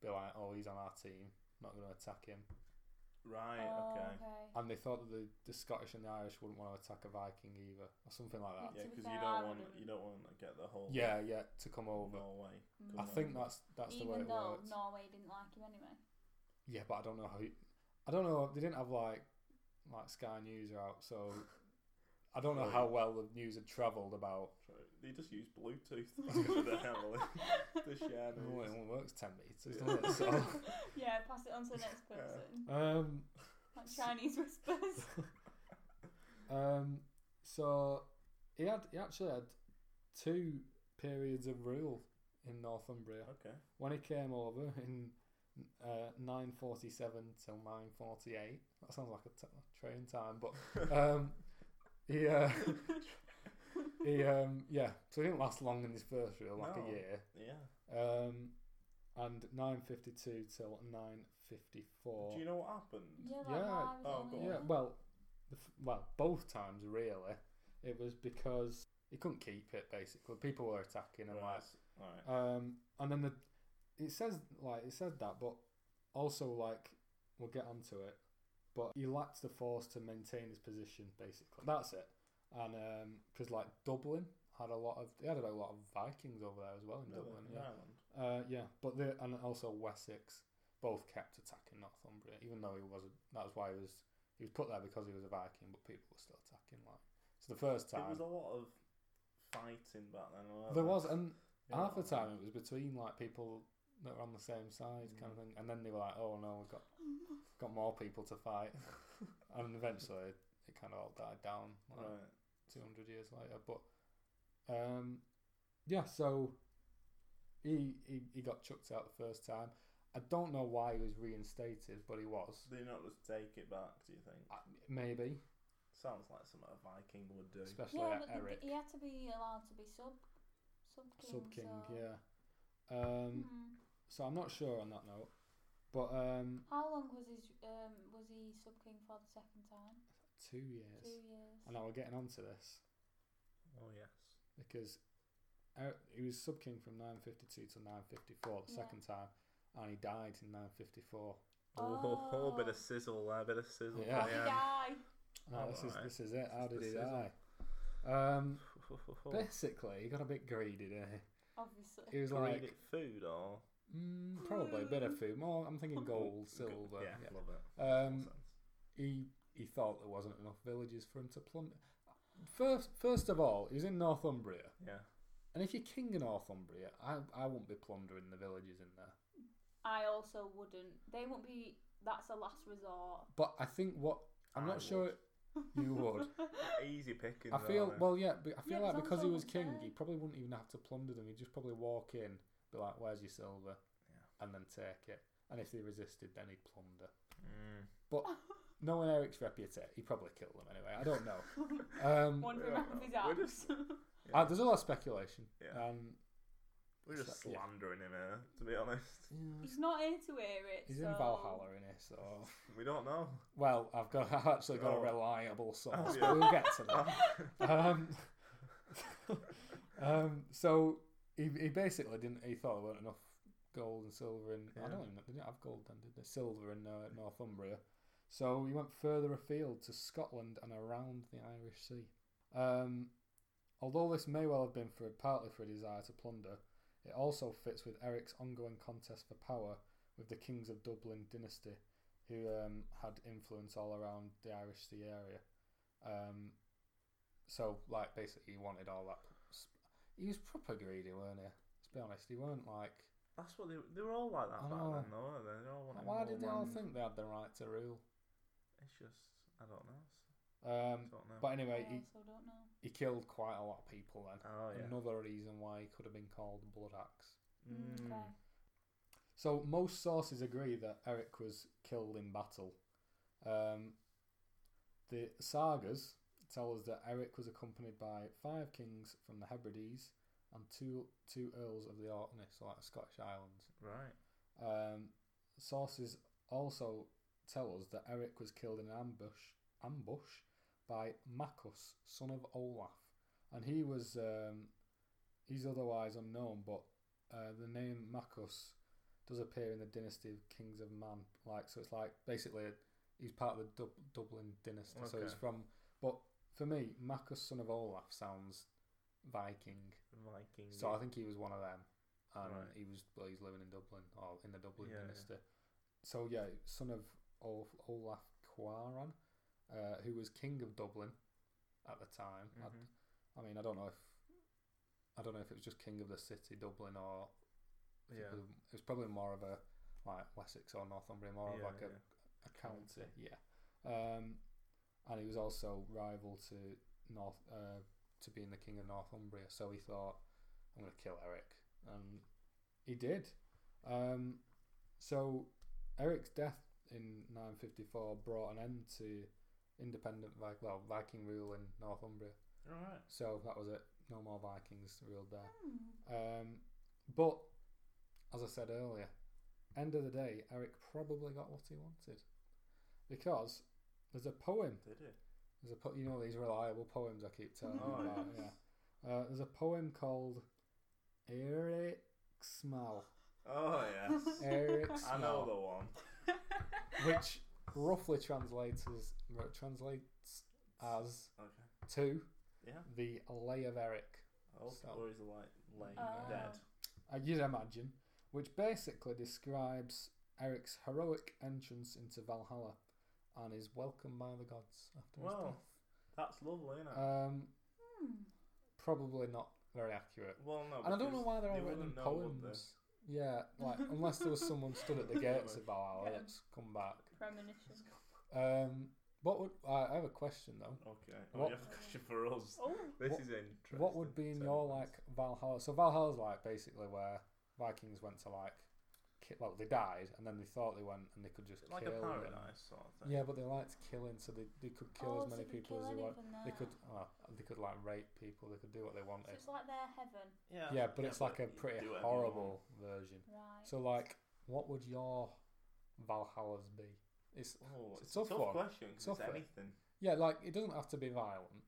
Speaker 3: be like, oh, he's on our team, not going to attack him,
Speaker 1: Right.
Speaker 4: Oh,
Speaker 1: okay.
Speaker 3: and they thought that the, the Scottish and the Irish wouldn't want to attack a Viking either, or something like that.
Speaker 1: Yeah,
Speaker 4: To be
Speaker 1: because
Speaker 4: fair,
Speaker 1: you
Speaker 4: I
Speaker 1: don't want
Speaker 4: wouldn't.
Speaker 1: you don't want to get the whole
Speaker 3: Yeah, yeah, to come over.
Speaker 1: Norway.
Speaker 3: I
Speaker 1: come
Speaker 3: think
Speaker 1: over.
Speaker 3: that's that's the way
Speaker 4: Mm. Even
Speaker 3: it
Speaker 4: though
Speaker 3: works.
Speaker 4: Norway didn't like him anyway.
Speaker 3: Yeah, but I don't know how. You, I don't know. They didn't have like like Sky News out, so I don't know how well the news had travelled about.
Speaker 1: True. They just use Bluetooth. That's the hell the share
Speaker 3: Oh, it
Speaker 1: noise.
Speaker 3: only works ten meters,
Speaker 1: Yeah.
Speaker 3: doesn't it? So,
Speaker 4: Yeah, pass it on to the next person.
Speaker 3: um,
Speaker 4: Like Chinese whispers.
Speaker 3: um, so he had he actually had two periods of rule in Northumbria
Speaker 1: Okay.
Speaker 3: when he came over in uh, 947 till 948. That sounds like a t- train time, but um, he, uh, he, um, yeah, so he didn't last long in his first rule, like
Speaker 1: No.
Speaker 3: a year.
Speaker 1: Yeah.
Speaker 3: Um, and 952 till 954.
Speaker 1: Do you know what happened?
Speaker 4: yeah, like
Speaker 3: Yeah.
Speaker 4: Mars
Speaker 1: Oh,
Speaker 4: and
Speaker 1: go on.
Speaker 3: yeah, well, the f- well, both times really, it was because he couldn't keep it. Basically, people were attacking him. Like,
Speaker 1: All right.
Speaker 3: um, and then the it says like it said that, but also like we'll get onto it. But he lacked the force to maintain his position. Basically, that's it. And because like Dublin had a lot of they had a lot of Vikings over there as well in
Speaker 1: Really?
Speaker 3: Dublin.
Speaker 1: In
Speaker 3: Yeah,
Speaker 1: Ireland.
Speaker 3: uh, yeah, but the and also Wessex both kept attacking Northumbria, even though he wasn't. That was why he was he was put there because he was a Viking, but people were still attacking. Like so, the first
Speaker 1: There
Speaker 3: time
Speaker 1: was uh, a lot of fighting back then. weren't
Speaker 3: there was, and
Speaker 1: Yeah.
Speaker 3: half the time it was between like people that were on the same side, kind
Speaker 1: Mm.
Speaker 3: of thing, and then they were like, "Oh no, we've got
Speaker 4: Mm.
Speaker 3: got more people to fight," and eventually it kind of all died down. Like,
Speaker 1: Right.
Speaker 3: 200 years later. But um, yeah, so he, he he got chucked out the first time. I don't know why he was reinstated, but he was.
Speaker 1: So they not just take it back, do you think?
Speaker 3: Uh, Maybe,
Speaker 1: Sounds like something a Viking would do.
Speaker 3: especially
Speaker 4: yeah,
Speaker 3: at
Speaker 4: but
Speaker 3: Eric
Speaker 4: the, he had to be allowed to be sub sub king.
Speaker 3: Sub King.
Speaker 4: so.
Speaker 3: Yeah. Um,
Speaker 4: Hmm.
Speaker 3: so I'm not sure on that note, but um,
Speaker 4: How long was his um was he sub king for the second time?
Speaker 3: two years.
Speaker 4: Two years.
Speaker 3: And now we're getting onto this
Speaker 1: Oh yes.
Speaker 3: because Eric, he was sub king from 952 to 954 the
Speaker 4: Yeah.
Speaker 3: second time, and he died in 954.
Speaker 1: Oh,
Speaker 4: Oh.
Speaker 1: bit of sizzle there, bit of sizzle.
Speaker 3: Yeah.
Speaker 1: for you.
Speaker 4: Die.
Speaker 3: No, this is
Speaker 1: Alright.
Speaker 3: this is it. How
Speaker 1: Oh, This
Speaker 3: did
Speaker 1: is
Speaker 3: he
Speaker 1: the
Speaker 3: die? Um,
Speaker 1: Best
Speaker 3: basically, he got a bit greedy. Didn't
Speaker 4: Obviously.
Speaker 3: he? He was
Speaker 1: Greedy
Speaker 3: like,
Speaker 1: food or
Speaker 3: mm, probably a bit of food. More, I'm thinking gold,
Speaker 1: Good-
Speaker 3: silver.
Speaker 1: Yeah,
Speaker 3: yeah.
Speaker 1: love it.
Speaker 3: Um,
Speaker 1: Makes sense.
Speaker 3: he he thought there wasn't enough villages for him to plunder. First, first of all, he was in Northumbria,
Speaker 1: yeah.
Speaker 3: and if you're king of Northumbria, I I won't be plundering the villages in there.
Speaker 4: I also wouldn't. They won't be. That's a last resort.
Speaker 3: But I think what I'm
Speaker 1: I
Speaker 3: not sure you would.
Speaker 1: Easy picking.
Speaker 3: I feel well, yeah. But I feel
Speaker 4: Yeah,
Speaker 3: like
Speaker 4: but
Speaker 3: because he
Speaker 4: also
Speaker 3: was king,
Speaker 4: unfair.
Speaker 3: he probably wouldn't even have to plunder them. He'd just probably walk in, be like, "Where's your silver?"
Speaker 1: Yeah.
Speaker 3: and then take it. And if they resisted, then he'd plunder.
Speaker 1: Mm.
Speaker 3: But knowing Eric's reputation, he probably killed them anyway. I don't know. Um,
Speaker 4: Wandering
Speaker 1: Yeah,
Speaker 4: off of his
Speaker 1: we're
Speaker 4: arms.
Speaker 1: just-
Speaker 3: uh, there's a lot of speculation.
Speaker 1: Yeah.
Speaker 3: Um,
Speaker 1: We're just
Speaker 3: Yeah.
Speaker 1: slandering him here, to be honest.
Speaker 4: He's not here to hear it.
Speaker 3: he's
Speaker 4: so.
Speaker 3: in Valhalla in it, so
Speaker 1: We don't know.
Speaker 3: well, I've got I've actually got
Speaker 1: Oh.
Speaker 3: a reliable source,
Speaker 1: Oh, yeah.
Speaker 3: but we'll get to that. um, um, so he, he basically didn't. He thought there weren't enough gold and silver in. I
Speaker 1: Yeah.
Speaker 3: don't even. know- They didn't have gold then, did they? Silver in uh, Northumbria. So he went further afield to Scotland and around the Irish Sea. Um, although this may well have been for partly for a desire to plunder, it also fits with Eric's ongoing contest for power with the kings of Dublin dynasty who um, had influence all around the Irish Sea area. Um, so, like, basically, he wanted all that. s- He was proper greedy, weren't he? Let's be honest, he weren't like.
Speaker 1: That's what they they were all like that
Speaker 3: I
Speaker 1: back
Speaker 3: know.
Speaker 1: then, though, weren't they? They all wanted
Speaker 3: Why
Speaker 1: more
Speaker 3: did they all
Speaker 1: land.
Speaker 3: think they had the right to rule?
Speaker 1: It's just I don't know. It's- I
Speaker 3: Um,
Speaker 1: don't know.
Speaker 3: but anyway,
Speaker 4: I
Speaker 3: he,
Speaker 4: also don't know.
Speaker 3: he killed quite a lot of people then.
Speaker 1: oh yeah.
Speaker 3: Another reason why he could have been called Blood Axe.
Speaker 4: Mm,
Speaker 1: Mm.
Speaker 4: okay.
Speaker 3: So most sources agree that Eric was killed in battle. Um, the sagas tell us that Eric was accompanied by five kings from the Hebrides and two two earls of the Orkney, so like the Scottish Islands.
Speaker 1: Right.
Speaker 3: Um, sources also tell us that Eric was killed in an ambush ambush by Macus, son of Olaf, and he was um, he's otherwise unknown, but uh, the name Macus does appear in the dynasty of kings of Man. Like so, it's like basically he's part of the Dub- Dublin dynasty, so he's
Speaker 1: Okay.
Speaker 3: from. But for me, Macus, son of Olaf, sounds Viking.
Speaker 1: Viking.
Speaker 3: So I think he was one of them, and
Speaker 1: Right.
Speaker 3: he was well, he's living in Dublin or in the Dublin
Speaker 1: Yeah, yeah.
Speaker 3: dynasty. So yeah, son of Olaf, Olaf Cuaran, uh, who was king of Dublin at the time. I-
Speaker 1: Mhm.
Speaker 3: I, mean, I don't know if I don't know if it was just king of the city Dublin or if it
Speaker 1: Yeah.
Speaker 3: was- it was probably more of a like Wessex or Northumbria, more of
Speaker 1: yeah,
Speaker 3: like a
Speaker 1: yeah.
Speaker 3: a county, yeah. Um, and he was also rival to North uh, to being the king of Northumbria. So he thought, "I'm going to kill Eric," and he did. Um, so Eric's death in 954 brought an end to independent Vi- well Viking rule in Northumbria.
Speaker 1: All right.
Speaker 3: So that was it. No more Vikings ruled there. Um, but as I said earlier, end of the day, Eric probably got what he wanted because there's a poem.
Speaker 1: Did it?
Speaker 3: There's a po- you know these reliable poems I keep telling you
Speaker 1: Oh,
Speaker 3: about.
Speaker 1: yes.
Speaker 3: Yeah. Uh, there's a poem called Eric Smell.
Speaker 1: Oh yes.
Speaker 3: Eric
Speaker 1: I know
Speaker 3: Smell,
Speaker 1: the one.
Speaker 4: Hmm.
Speaker 3: which roughly translates as translates as
Speaker 1: Okay.
Speaker 3: to
Speaker 1: Yeah.
Speaker 3: the lay of Eric.
Speaker 1: Oh,
Speaker 3: So-
Speaker 1: or is it like laying
Speaker 4: Oh.
Speaker 1: dead?
Speaker 3: I you'd imagine, which basically describes Eric's heroic entrance into Valhalla and is welcomed by the gods after his
Speaker 1: Well, That's lovely, isn't it?
Speaker 3: death. Um,
Speaker 4: Hmm.
Speaker 3: probably not very accurate.
Speaker 1: well, no.
Speaker 3: And I don't know
Speaker 1: because
Speaker 3: why they're all
Speaker 1: they
Speaker 3: written in
Speaker 1: wouldn't know, would they?
Speaker 3: poems. Yeah, like unless there was someone stood at the gates of Valhalla,
Speaker 4: Yeah.
Speaker 3: let's come back.
Speaker 4: Premonition.
Speaker 3: Um, what would I I have a question though?
Speaker 1: Okay. Oh,
Speaker 3: What-
Speaker 1: you have a question for us.
Speaker 4: Oh,
Speaker 1: This
Speaker 3: What-
Speaker 1: is interesting.
Speaker 3: What would be
Speaker 1: So-
Speaker 3: in your like Valhalla? So Valhalla's like basically where Vikings went to like, ki- well they died and then they thought they went and they could just
Speaker 1: like a
Speaker 3: kill and-
Speaker 1: paradise sort of thing?
Speaker 3: Yeah, but they liked killing, so they, they could
Speaker 4: oh,
Speaker 3: kill
Speaker 4: so
Speaker 3: as
Speaker 4: they
Speaker 3: many people
Speaker 4: kill
Speaker 3: as they
Speaker 4: anyone
Speaker 3: wanted. They
Speaker 4: there.
Speaker 3: could uh, they could like rape people. They could do what
Speaker 4: So
Speaker 3: they wanted.
Speaker 4: it's like their heaven,
Speaker 1: Yeah.
Speaker 3: yeah, but it's like a
Speaker 1: you
Speaker 3: pretty
Speaker 1: do whatever you want.
Speaker 3: horrible version.
Speaker 4: right?
Speaker 3: So like, what would your Valhallas be? It's
Speaker 1: Oh, it's,
Speaker 3: It's a
Speaker 1: a
Speaker 3: tough
Speaker 1: tough,
Speaker 3: one.
Speaker 1: question 'cause
Speaker 3: Tough
Speaker 1: it's
Speaker 3: one.
Speaker 1: anything.
Speaker 3: yeah, like it doesn't have to be violent.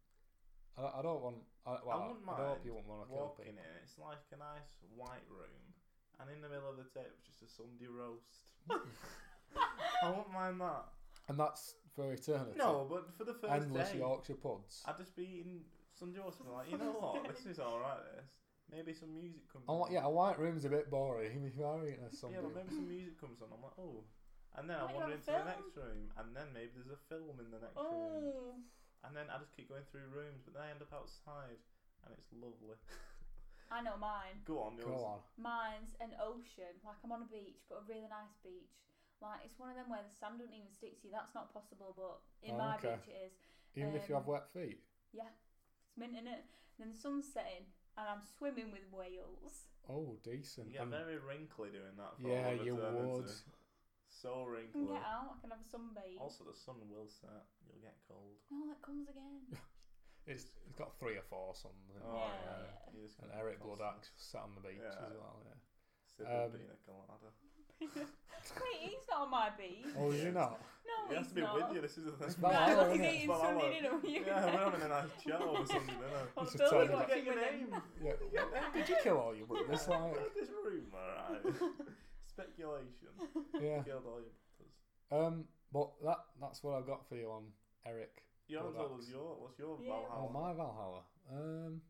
Speaker 3: I, I don't want. I, well, I,
Speaker 1: wouldn't
Speaker 3: don't hope
Speaker 1: mind
Speaker 3: you wouldn't want to kill
Speaker 1: Walking
Speaker 3: people.
Speaker 1: in, it's like a nice white room, and in the middle of the table is just a Sunday roast. I wouldn't mind that.
Speaker 3: And that's for eternity.
Speaker 1: No, but for the first
Speaker 3: endless
Speaker 1: day,
Speaker 3: Yorkshire puds.
Speaker 1: I'd just be eating Sunday roast and be like, you know what, this is alright, this. Maybe some music comes
Speaker 3: I, want-
Speaker 1: on.
Speaker 3: yeah, a white room's a bit boring. If you are eating a Sunday,
Speaker 1: Yeah, but maybe some music comes on. I'm like, oh. And then I
Speaker 4: Might you
Speaker 1: wander
Speaker 4: have
Speaker 1: into
Speaker 4: a
Speaker 1: the next room, and then maybe there's a film in the next room.
Speaker 4: Oh,
Speaker 1: And then I just keep going through rooms, but then I end up outside, and it's lovely.
Speaker 4: I know mine.
Speaker 1: Go on,
Speaker 3: go
Speaker 1: yours.
Speaker 3: on.
Speaker 4: Mine's an ocean. Like I'm on a beach, but a really nice beach. Like it's one of them where the sand doesn't even stick to you. That's not possible, but in
Speaker 3: Oh,
Speaker 4: my
Speaker 3: okay.
Speaker 4: beach it is.
Speaker 3: Even if you have
Speaker 4: Um,
Speaker 3: wet feet.
Speaker 4: It's mint in it. Then the sun's setting, and I'm swimming with whales.
Speaker 3: Oh, decent.
Speaker 1: You get
Speaker 3: And-
Speaker 1: very wrinkly doing that. For
Speaker 3: yeah,
Speaker 1: all of
Speaker 3: you
Speaker 1: eternity.
Speaker 3: would.
Speaker 1: So
Speaker 4: I can
Speaker 1: wrinkly.
Speaker 4: get out. I can have a sunbathe.
Speaker 1: Also, the sun will set. You'll get cold.
Speaker 4: No, that comes again.
Speaker 3: It's, it's got three or four something.
Speaker 1: Oh
Speaker 4: Yeah.
Speaker 1: yeah. You're just
Speaker 3: And
Speaker 1: gonna be
Speaker 3: Eric Blood
Speaker 1: constant.
Speaker 3: Axe sat on the beach
Speaker 1: Yeah.
Speaker 3: as well. Yeah.
Speaker 1: Sip
Speaker 3: Um,
Speaker 1: a pina colada.
Speaker 4: Wait, he's not on my beach.
Speaker 3: Oh, is he
Speaker 1: Yeah.
Speaker 3: not?
Speaker 4: No,
Speaker 1: he
Speaker 4: he's
Speaker 1: has to be
Speaker 4: not.
Speaker 1: with you. This is the
Speaker 3: It's
Speaker 1: thing.
Speaker 3: Valhalla,
Speaker 4: No, he's
Speaker 3: isn't it?
Speaker 4: eating
Speaker 1: Well, I
Speaker 4: something
Speaker 1: will.
Speaker 4: in a weird
Speaker 1: yeah, we're
Speaker 4: way.
Speaker 1: having a nice chat over something, innit?
Speaker 4: Oh,
Speaker 3: It's a
Speaker 4: Phil was
Speaker 3: tiger.
Speaker 1: I get
Speaker 4: watching
Speaker 1: your
Speaker 4: with him.
Speaker 1: name.
Speaker 3: Yeah. Did you kill all your brothers? Like,
Speaker 1: Look at this room, alright. Speculation.
Speaker 3: yeah.
Speaker 1: Killed all your brothers.
Speaker 3: Um, but that that's what I've got for you on Eric.
Speaker 1: Your
Speaker 3: Blood
Speaker 1: uncle was
Speaker 3: Axe.
Speaker 1: your. What's your
Speaker 4: Yeah.
Speaker 1: Valhalla?
Speaker 3: Oh, my Valhalla. Um,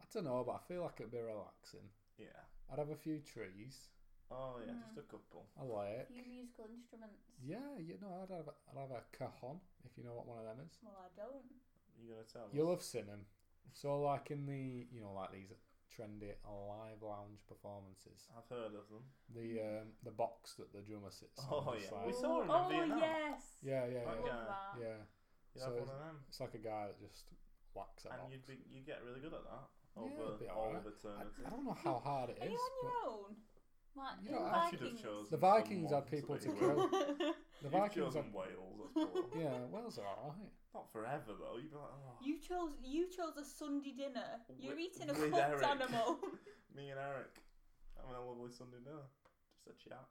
Speaker 3: I don't know, but I feel like it'd be relaxing.
Speaker 1: Yeah.
Speaker 3: I'd have a few trees.
Speaker 1: Oh yeah,
Speaker 4: Mm.
Speaker 1: just a couple.
Speaker 3: I like.
Speaker 4: Few musical instruments.
Speaker 3: Yeah, you know, I'd have, a, I'd have a cajon if you know what one of them is.
Speaker 4: Well, I don't.
Speaker 1: You gonna tell
Speaker 3: You'll
Speaker 1: us?
Speaker 3: have seen them. So, like in the, you know, like these trendy live lounge performances,
Speaker 1: I've heard of them.
Speaker 3: the um, the box that the drummer sits on.
Speaker 1: Mm. Oh
Speaker 3: it's
Speaker 1: yeah,
Speaker 3: like-
Speaker 1: we saw him
Speaker 4: Oh
Speaker 1: in Vietnam.
Speaker 4: yes.
Speaker 3: yeah, yeah,
Speaker 1: That
Speaker 3: yeah,
Speaker 1: guy.
Speaker 4: Love that.
Speaker 3: yeah.
Speaker 1: You have
Speaker 3: So-
Speaker 1: one of them,
Speaker 3: It's like a guy that just whacks at
Speaker 1: and
Speaker 3: box.
Speaker 1: you'd be you get really good at that
Speaker 3: Yeah,
Speaker 1: over
Speaker 3: it'd be
Speaker 1: all
Speaker 3: alright.
Speaker 1: of
Speaker 3: I,
Speaker 1: eternity.
Speaker 3: I don't know how hard it
Speaker 4: Are you
Speaker 3: is.
Speaker 4: on
Speaker 3: but
Speaker 4: your own? Like in
Speaker 3: You don't
Speaker 1: I should
Speaker 4: Vikings.
Speaker 1: have chosen.
Speaker 3: The Vikings
Speaker 1: someone
Speaker 3: had people to
Speaker 1: that you
Speaker 3: kill.
Speaker 1: were-
Speaker 3: the
Speaker 1: You've
Speaker 3: Vikings,
Speaker 1: chosen
Speaker 3: are,
Speaker 1: Wales. That's cool.
Speaker 3: yeah, Wales are alright.
Speaker 1: Not forever though. You'd be like, oh,
Speaker 4: You chose you chose a Sunday dinner. You're
Speaker 1: Wi-
Speaker 4: eating a
Speaker 1: with
Speaker 4: cooked
Speaker 1: Eric.
Speaker 4: animal.
Speaker 1: me and Eric having a lovely Sunday dinner, just a chat.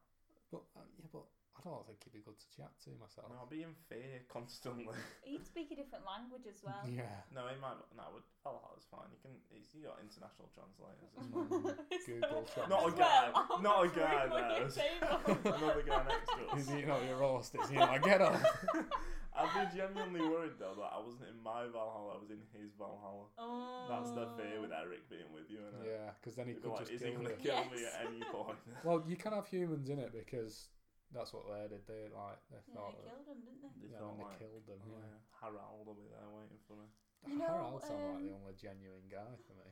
Speaker 3: But uh, yeah, but I don't think it'd be good to chat to myself.
Speaker 1: No, I'll be in fear constantly.
Speaker 4: He'd speak a different language as well.
Speaker 3: Yeah.
Speaker 1: no, he might. No, would Falhar's fine. He can. He's he got international translators. It's fine.
Speaker 3: Google Translate.
Speaker 1: Not a guy. Not a guy there. Another guy next to us.
Speaker 3: He's eating up your roast. It's you know, get up.
Speaker 1: I'd be genuinely worried though that I wasn't in my Valhalla, I was in his Valhalla.
Speaker 4: Oh.
Speaker 1: That's the fear with Eric being with you, and
Speaker 3: Yeah, because then he
Speaker 1: You'd be
Speaker 3: could
Speaker 1: like, is
Speaker 3: just
Speaker 1: he
Speaker 3: kill
Speaker 1: gonna
Speaker 3: you.
Speaker 1: kill me
Speaker 4: Yes.
Speaker 1: at any point?
Speaker 3: Well, you can have humans in it because that's what they did. They like they
Speaker 4: Yeah,
Speaker 3: thought
Speaker 4: they
Speaker 3: that,
Speaker 4: killed him, didn't they?
Speaker 1: They
Speaker 3: yeah,
Speaker 1: thought,
Speaker 3: and they
Speaker 1: like,
Speaker 3: killed them.
Speaker 1: "Oh,
Speaker 3: Yeah.
Speaker 1: yeah, Harald will be there waiting for me.
Speaker 4: You know,
Speaker 3: Harald's not like the
Speaker 4: um,
Speaker 3: only genuine guy for me.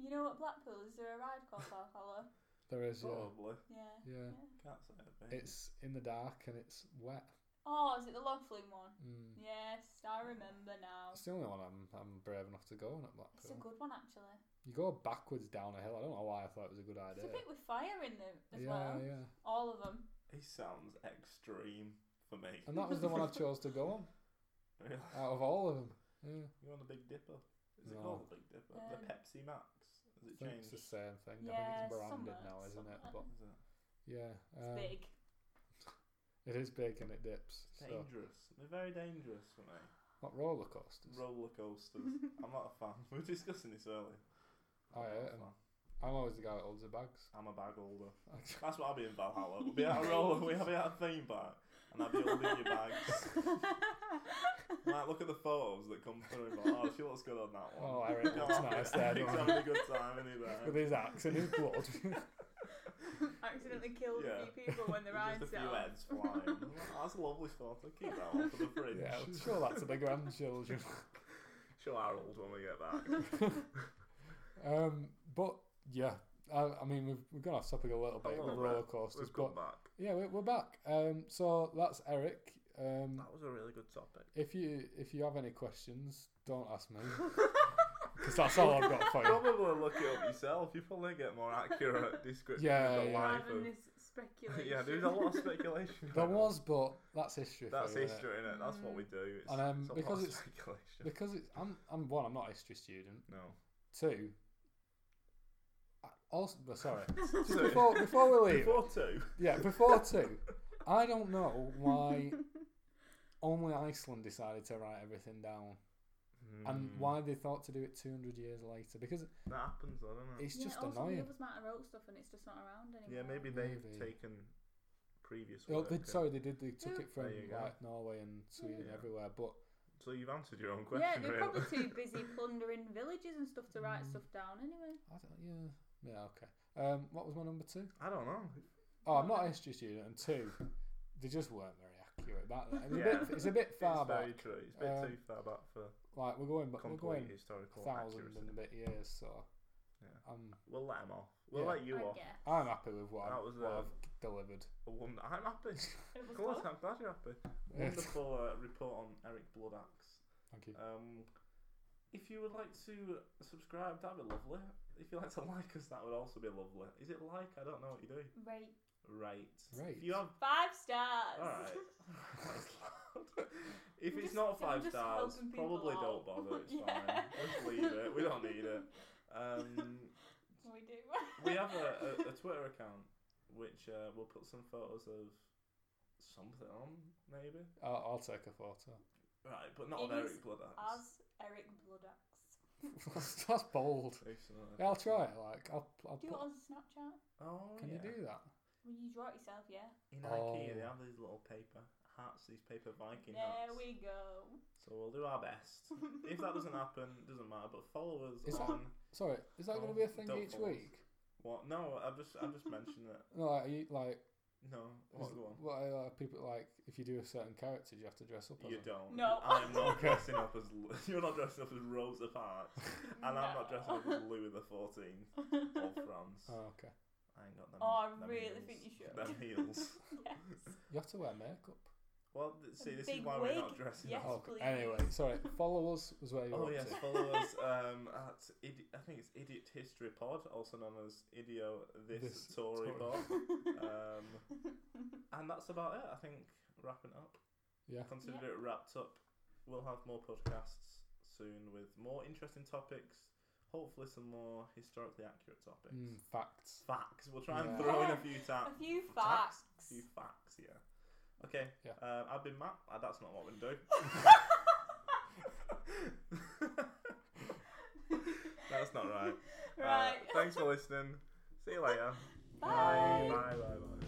Speaker 4: You know what Blackpool is there a ride called Valhalla?
Speaker 3: There is, yeah.
Speaker 1: Probably.
Speaker 4: Yeah.
Speaker 3: yeah.
Speaker 1: Can't say it. babe.
Speaker 3: It's in the dark and it's wet.
Speaker 4: Oh, is it the log flume one?
Speaker 3: Mm.
Speaker 4: Yes, I remember now.
Speaker 3: It's the only one I'm, I'm brave enough to go on at
Speaker 4: It's a
Speaker 3: Blackpool.
Speaker 4: good one actually.
Speaker 3: You go backwards down a hill. I don't know why I thought it was a good
Speaker 4: It's a
Speaker 3: idea.
Speaker 4: bit with fire in them as
Speaker 3: yeah,
Speaker 4: well.
Speaker 3: yeah.
Speaker 4: All of them.
Speaker 1: He sounds extreme for me.
Speaker 3: And that was the one I chose to go on
Speaker 1: Really?
Speaker 3: out of all of them. Yeah.
Speaker 1: You want the Big Dipper? Is it
Speaker 3: Oh. No.
Speaker 1: called the Big Dipper? the
Speaker 4: Um,
Speaker 1: Pepsi Max? Has it
Speaker 3: I think it's
Speaker 1: changed?
Speaker 3: the same thing. I think
Speaker 4: Yeah,
Speaker 3: it's branded
Speaker 4: somewhat,
Speaker 3: now, isn't it?
Speaker 4: somewhat.
Speaker 3: But
Speaker 1: Is it?
Speaker 3: yeah,
Speaker 4: It's
Speaker 3: um,
Speaker 4: big.
Speaker 3: It is big and it dips. So
Speaker 1: Dangerous. They're very dangerous for me.
Speaker 3: not roller coasters.
Speaker 1: Roller coasters. I'm not a fan. We were discussing this earlier. I'm
Speaker 3: I
Speaker 1: not a
Speaker 3: hate 'em.
Speaker 1: fan.
Speaker 3: I'm always the guy that holds the bags.
Speaker 1: I'm a bag holder. That's what I'll be in Valhalla. We'll be at a roller. We'll be at a theme park, and I'll be holding your bags. Like, look at the photos that come through. Like, oh, she looks good on that one.
Speaker 3: Oh, Eric
Speaker 1: Come
Speaker 3: looks
Speaker 1: on,
Speaker 3: nice there,
Speaker 1: Eric's
Speaker 3: don't
Speaker 1: having a good time, isn't he?
Speaker 3: With
Speaker 1: There?
Speaker 3: his axe and his blood.
Speaker 2: Accidentally killed
Speaker 1: Yeah.
Speaker 2: a few people when the ride's
Speaker 1: Just a few
Speaker 2: out.
Speaker 1: heads flying. Oh, that's a lovely photo. Keep that one for the fridge.
Speaker 3: yeah, I'm sure that's the grandchildren.
Speaker 1: Show Harold when we get back.
Speaker 3: Um, but yeah, I, I mean, we've, we've gone off topic a little
Speaker 1: A
Speaker 3: bit with
Speaker 1: little
Speaker 3: roller
Speaker 1: bit. Oh,
Speaker 3: coasters,
Speaker 1: We've
Speaker 3: but
Speaker 1: come back.
Speaker 3: yeah, we're, we're back. Um, so that's Eric. Um,
Speaker 1: That was a really good topic.
Speaker 3: if you if you have any questions, don't ask me because that's all I've got for you.
Speaker 1: Probably look it up yourself. You probably get more accurate description
Speaker 3: Yeah,
Speaker 1: of the
Speaker 3: yeah.
Speaker 1: life
Speaker 2: Rather than
Speaker 1: of.
Speaker 2: this speculation.
Speaker 1: Yeah, there's a lot of speculation.
Speaker 3: There
Speaker 1: going on.
Speaker 3: was, but that's history. for
Speaker 1: That's
Speaker 3: you, innit?
Speaker 1: history, innit? That's what we do. It's,
Speaker 3: And, um,
Speaker 1: it's a lot
Speaker 3: because
Speaker 1: of
Speaker 3: it's-
Speaker 1: speculation.
Speaker 3: Because it's, I'm I'm one. I'm not a history student.
Speaker 1: no.
Speaker 3: Two. I also, well, sorry.
Speaker 1: Two.
Speaker 3: Just before before we leave,
Speaker 1: Before two.
Speaker 3: yeah, before two. I don't know why only Iceland decided to write everything down, and
Speaker 1: Hmm.
Speaker 3: why they thought to do it 200 years later. Because
Speaker 1: that happens, I don't know.
Speaker 3: it's just
Speaker 4: yeah, also the
Speaker 3: annoying.
Speaker 4: others might have wrote stuff and it's just not around anymore.
Speaker 1: yeah, maybe they've
Speaker 3: Maybe.
Speaker 1: taken previous.
Speaker 3: Oh,
Speaker 1: work
Speaker 3: they,
Speaker 1: and-
Speaker 3: sorry, they did. They took
Speaker 2: Yeah.
Speaker 3: it from
Speaker 1: There you go.
Speaker 3: like Norway and Sweden
Speaker 1: Yeah.
Speaker 3: everywhere, but
Speaker 1: So you've answered your own question,
Speaker 4: Yeah, they're
Speaker 1: really.
Speaker 4: probably too busy plundering villages and stuff to write
Speaker 3: Mm.
Speaker 4: stuff down anyway.
Speaker 3: I don't. Yeah. Yeah. Okay. Um, what was my number two?
Speaker 1: I don't know.
Speaker 3: Oh, I'm not a history student, and two, they just weren't very accurate back then. It's, a, bit,
Speaker 1: Yeah.
Speaker 3: it's a bit far
Speaker 1: it's very
Speaker 3: back.
Speaker 1: true. It's a bit
Speaker 3: Um,
Speaker 1: too far back for
Speaker 3: Like we're going, but we're
Speaker 1: complete
Speaker 3: going
Speaker 1: historical
Speaker 3: thousand
Speaker 1: accuracy.
Speaker 3: and a bit years, so
Speaker 1: Yeah.
Speaker 3: I'm
Speaker 1: We'll let him off. We'll
Speaker 3: Yeah.
Speaker 1: let you
Speaker 4: I
Speaker 1: off.
Speaker 4: guess.
Speaker 3: I'm happy with what,
Speaker 1: That
Speaker 3: I've,
Speaker 1: was um,
Speaker 3: what
Speaker 1: a-
Speaker 3: I've delivered.
Speaker 1: A wonder- I'm happy.
Speaker 4: It
Speaker 1: Of
Speaker 4: was
Speaker 1: course,
Speaker 4: close.
Speaker 1: I'm glad you're happy. Wonderful uh, report on Eric Bloodaxe.
Speaker 3: Thank you.
Speaker 1: Um, if you would like to subscribe, that'd be lovely. If you like to like us, that would also be lovely. Is it like? I don't know what you do.
Speaker 4: Rate
Speaker 1: Right.
Speaker 3: Right.
Speaker 1: If you have,
Speaker 4: five stars.
Speaker 1: all right. if
Speaker 4: I'm
Speaker 1: it's
Speaker 4: just-
Speaker 1: not
Speaker 4: I'm
Speaker 1: five
Speaker 4: just
Speaker 1: stars,
Speaker 4: helping people
Speaker 1: probably
Speaker 4: out.
Speaker 1: don't bother. It's fine.
Speaker 4: Yeah.
Speaker 1: Just leave it. We don't need it. Um,
Speaker 4: We do.
Speaker 1: we have a, a, a Twitter account which uh, we'll put some photos of something on, maybe.
Speaker 3: I'll, I'll take a photo.
Speaker 1: Right, but not
Speaker 4: It
Speaker 1: of Eric
Speaker 4: is
Speaker 1: Bloodaxe.
Speaker 4: As Eric Bloodaxe.
Speaker 3: That's bold.
Speaker 1: It's not-
Speaker 3: Yeah, I'll try it. Like I'll, I'll
Speaker 4: Do it
Speaker 3: put-
Speaker 4: on Snapchat.
Speaker 1: Oh,
Speaker 3: Can
Speaker 1: yeah.
Speaker 3: you do that?
Speaker 4: Will you draw it yourself? Yeah.
Speaker 1: In
Speaker 3: Oh.
Speaker 1: IKEA, they have these little paper hats, these paper Viking
Speaker 4: there
Speaker 1: hats.
Speaker 4: we go.
Speaker 1: So we'll do our best. if that doesn't happen, doesn't matter. But follow us
Speaker 3: Is that-
Speaker 1: on
Speaker 3: Sorry, is that going
Speaker 1: Oh,
Speaker 3: to be a thing
Speaker 1: don't
Speaker 3: each
Speaker 1: follow us.
Speaker 3: week?
Speaker 1: What? No, I've just I've just mentioned it.
Speaker 3: No, like, you, like
Speaker 1: No, what go on?
Speaker 3: what are people like? If you do a certain character, do you have to dress up. As
Speaker 1: You don't.
Speaker 3: them?
Speaker 4: No.
Speaker 1: I am not dressing up as Lu- you're not dressing up as Rosa Parks, and I'm not dressing up as Louis the Fourteenth of France.
Speaker 3: Oh, okay.
Speaker 1: I ain't got them.
Speaker 4: Oh, I
Speaker 1: them
Speaker 4: really
Speaker 1: heels.
Speaker 4: think you should.
Speaker 1: Them heels.
Speaker 4: yes.
Speaker 3: You have to wear makeup.
Speaker 1: Well, th- see,
Speaker 4: A
Speaker 1: this is
Speaker 4: big
Speaker 1: why we're not
Speaker 4: wig,
Speaker 1: dressing
Speaker 4: yes.
Speaker 1: up.
Speaker 3: Oh,
Speaker 4: please.
Speaker 3: okay. Anyway, sorry. Follow us as well.
Speaker 1: Oh yes, follow us um, at idi- I think it's Idiot History Pod, also known as Idio This,
Speaker 3: This
Speaker 1: Tory,
Speaker 3: Tory.
Speaker 1: Pod, um, and that's about it. I think wrapping up.
Speaker 3: Yeah.
Speaker 1: Considered
Speaker 4: Yeah.
Speaker 1: it wrapped up. We'll have more podcasts soon with more interesting topics. Hopefully, some more historically accurate topics.
Speaker 3: Mm, facts.
Speaker 1: Facts. We'll try and
Speaker 3: Yeah.
Speaker 1: throw in a
Speaker 4: Yeah.
Speaker 1: few
Speaker 4: A
Speaker 1: ta-
Speaker 4: few
Speaker 1: facts. A
Speaker 4: facts.
Speaker 1: few facts. Yeah. Okay.
Speaker 3: Yeah.
Speaker 1: Uh, I've been Matt. Uh, that's not what we do. That's not right. Uh,
Speaker 4: Right.
Speaker 1: thanks for listening. See you later.
Speaker 4: Bye.
Speaker 1: Bye. Bye. Bye.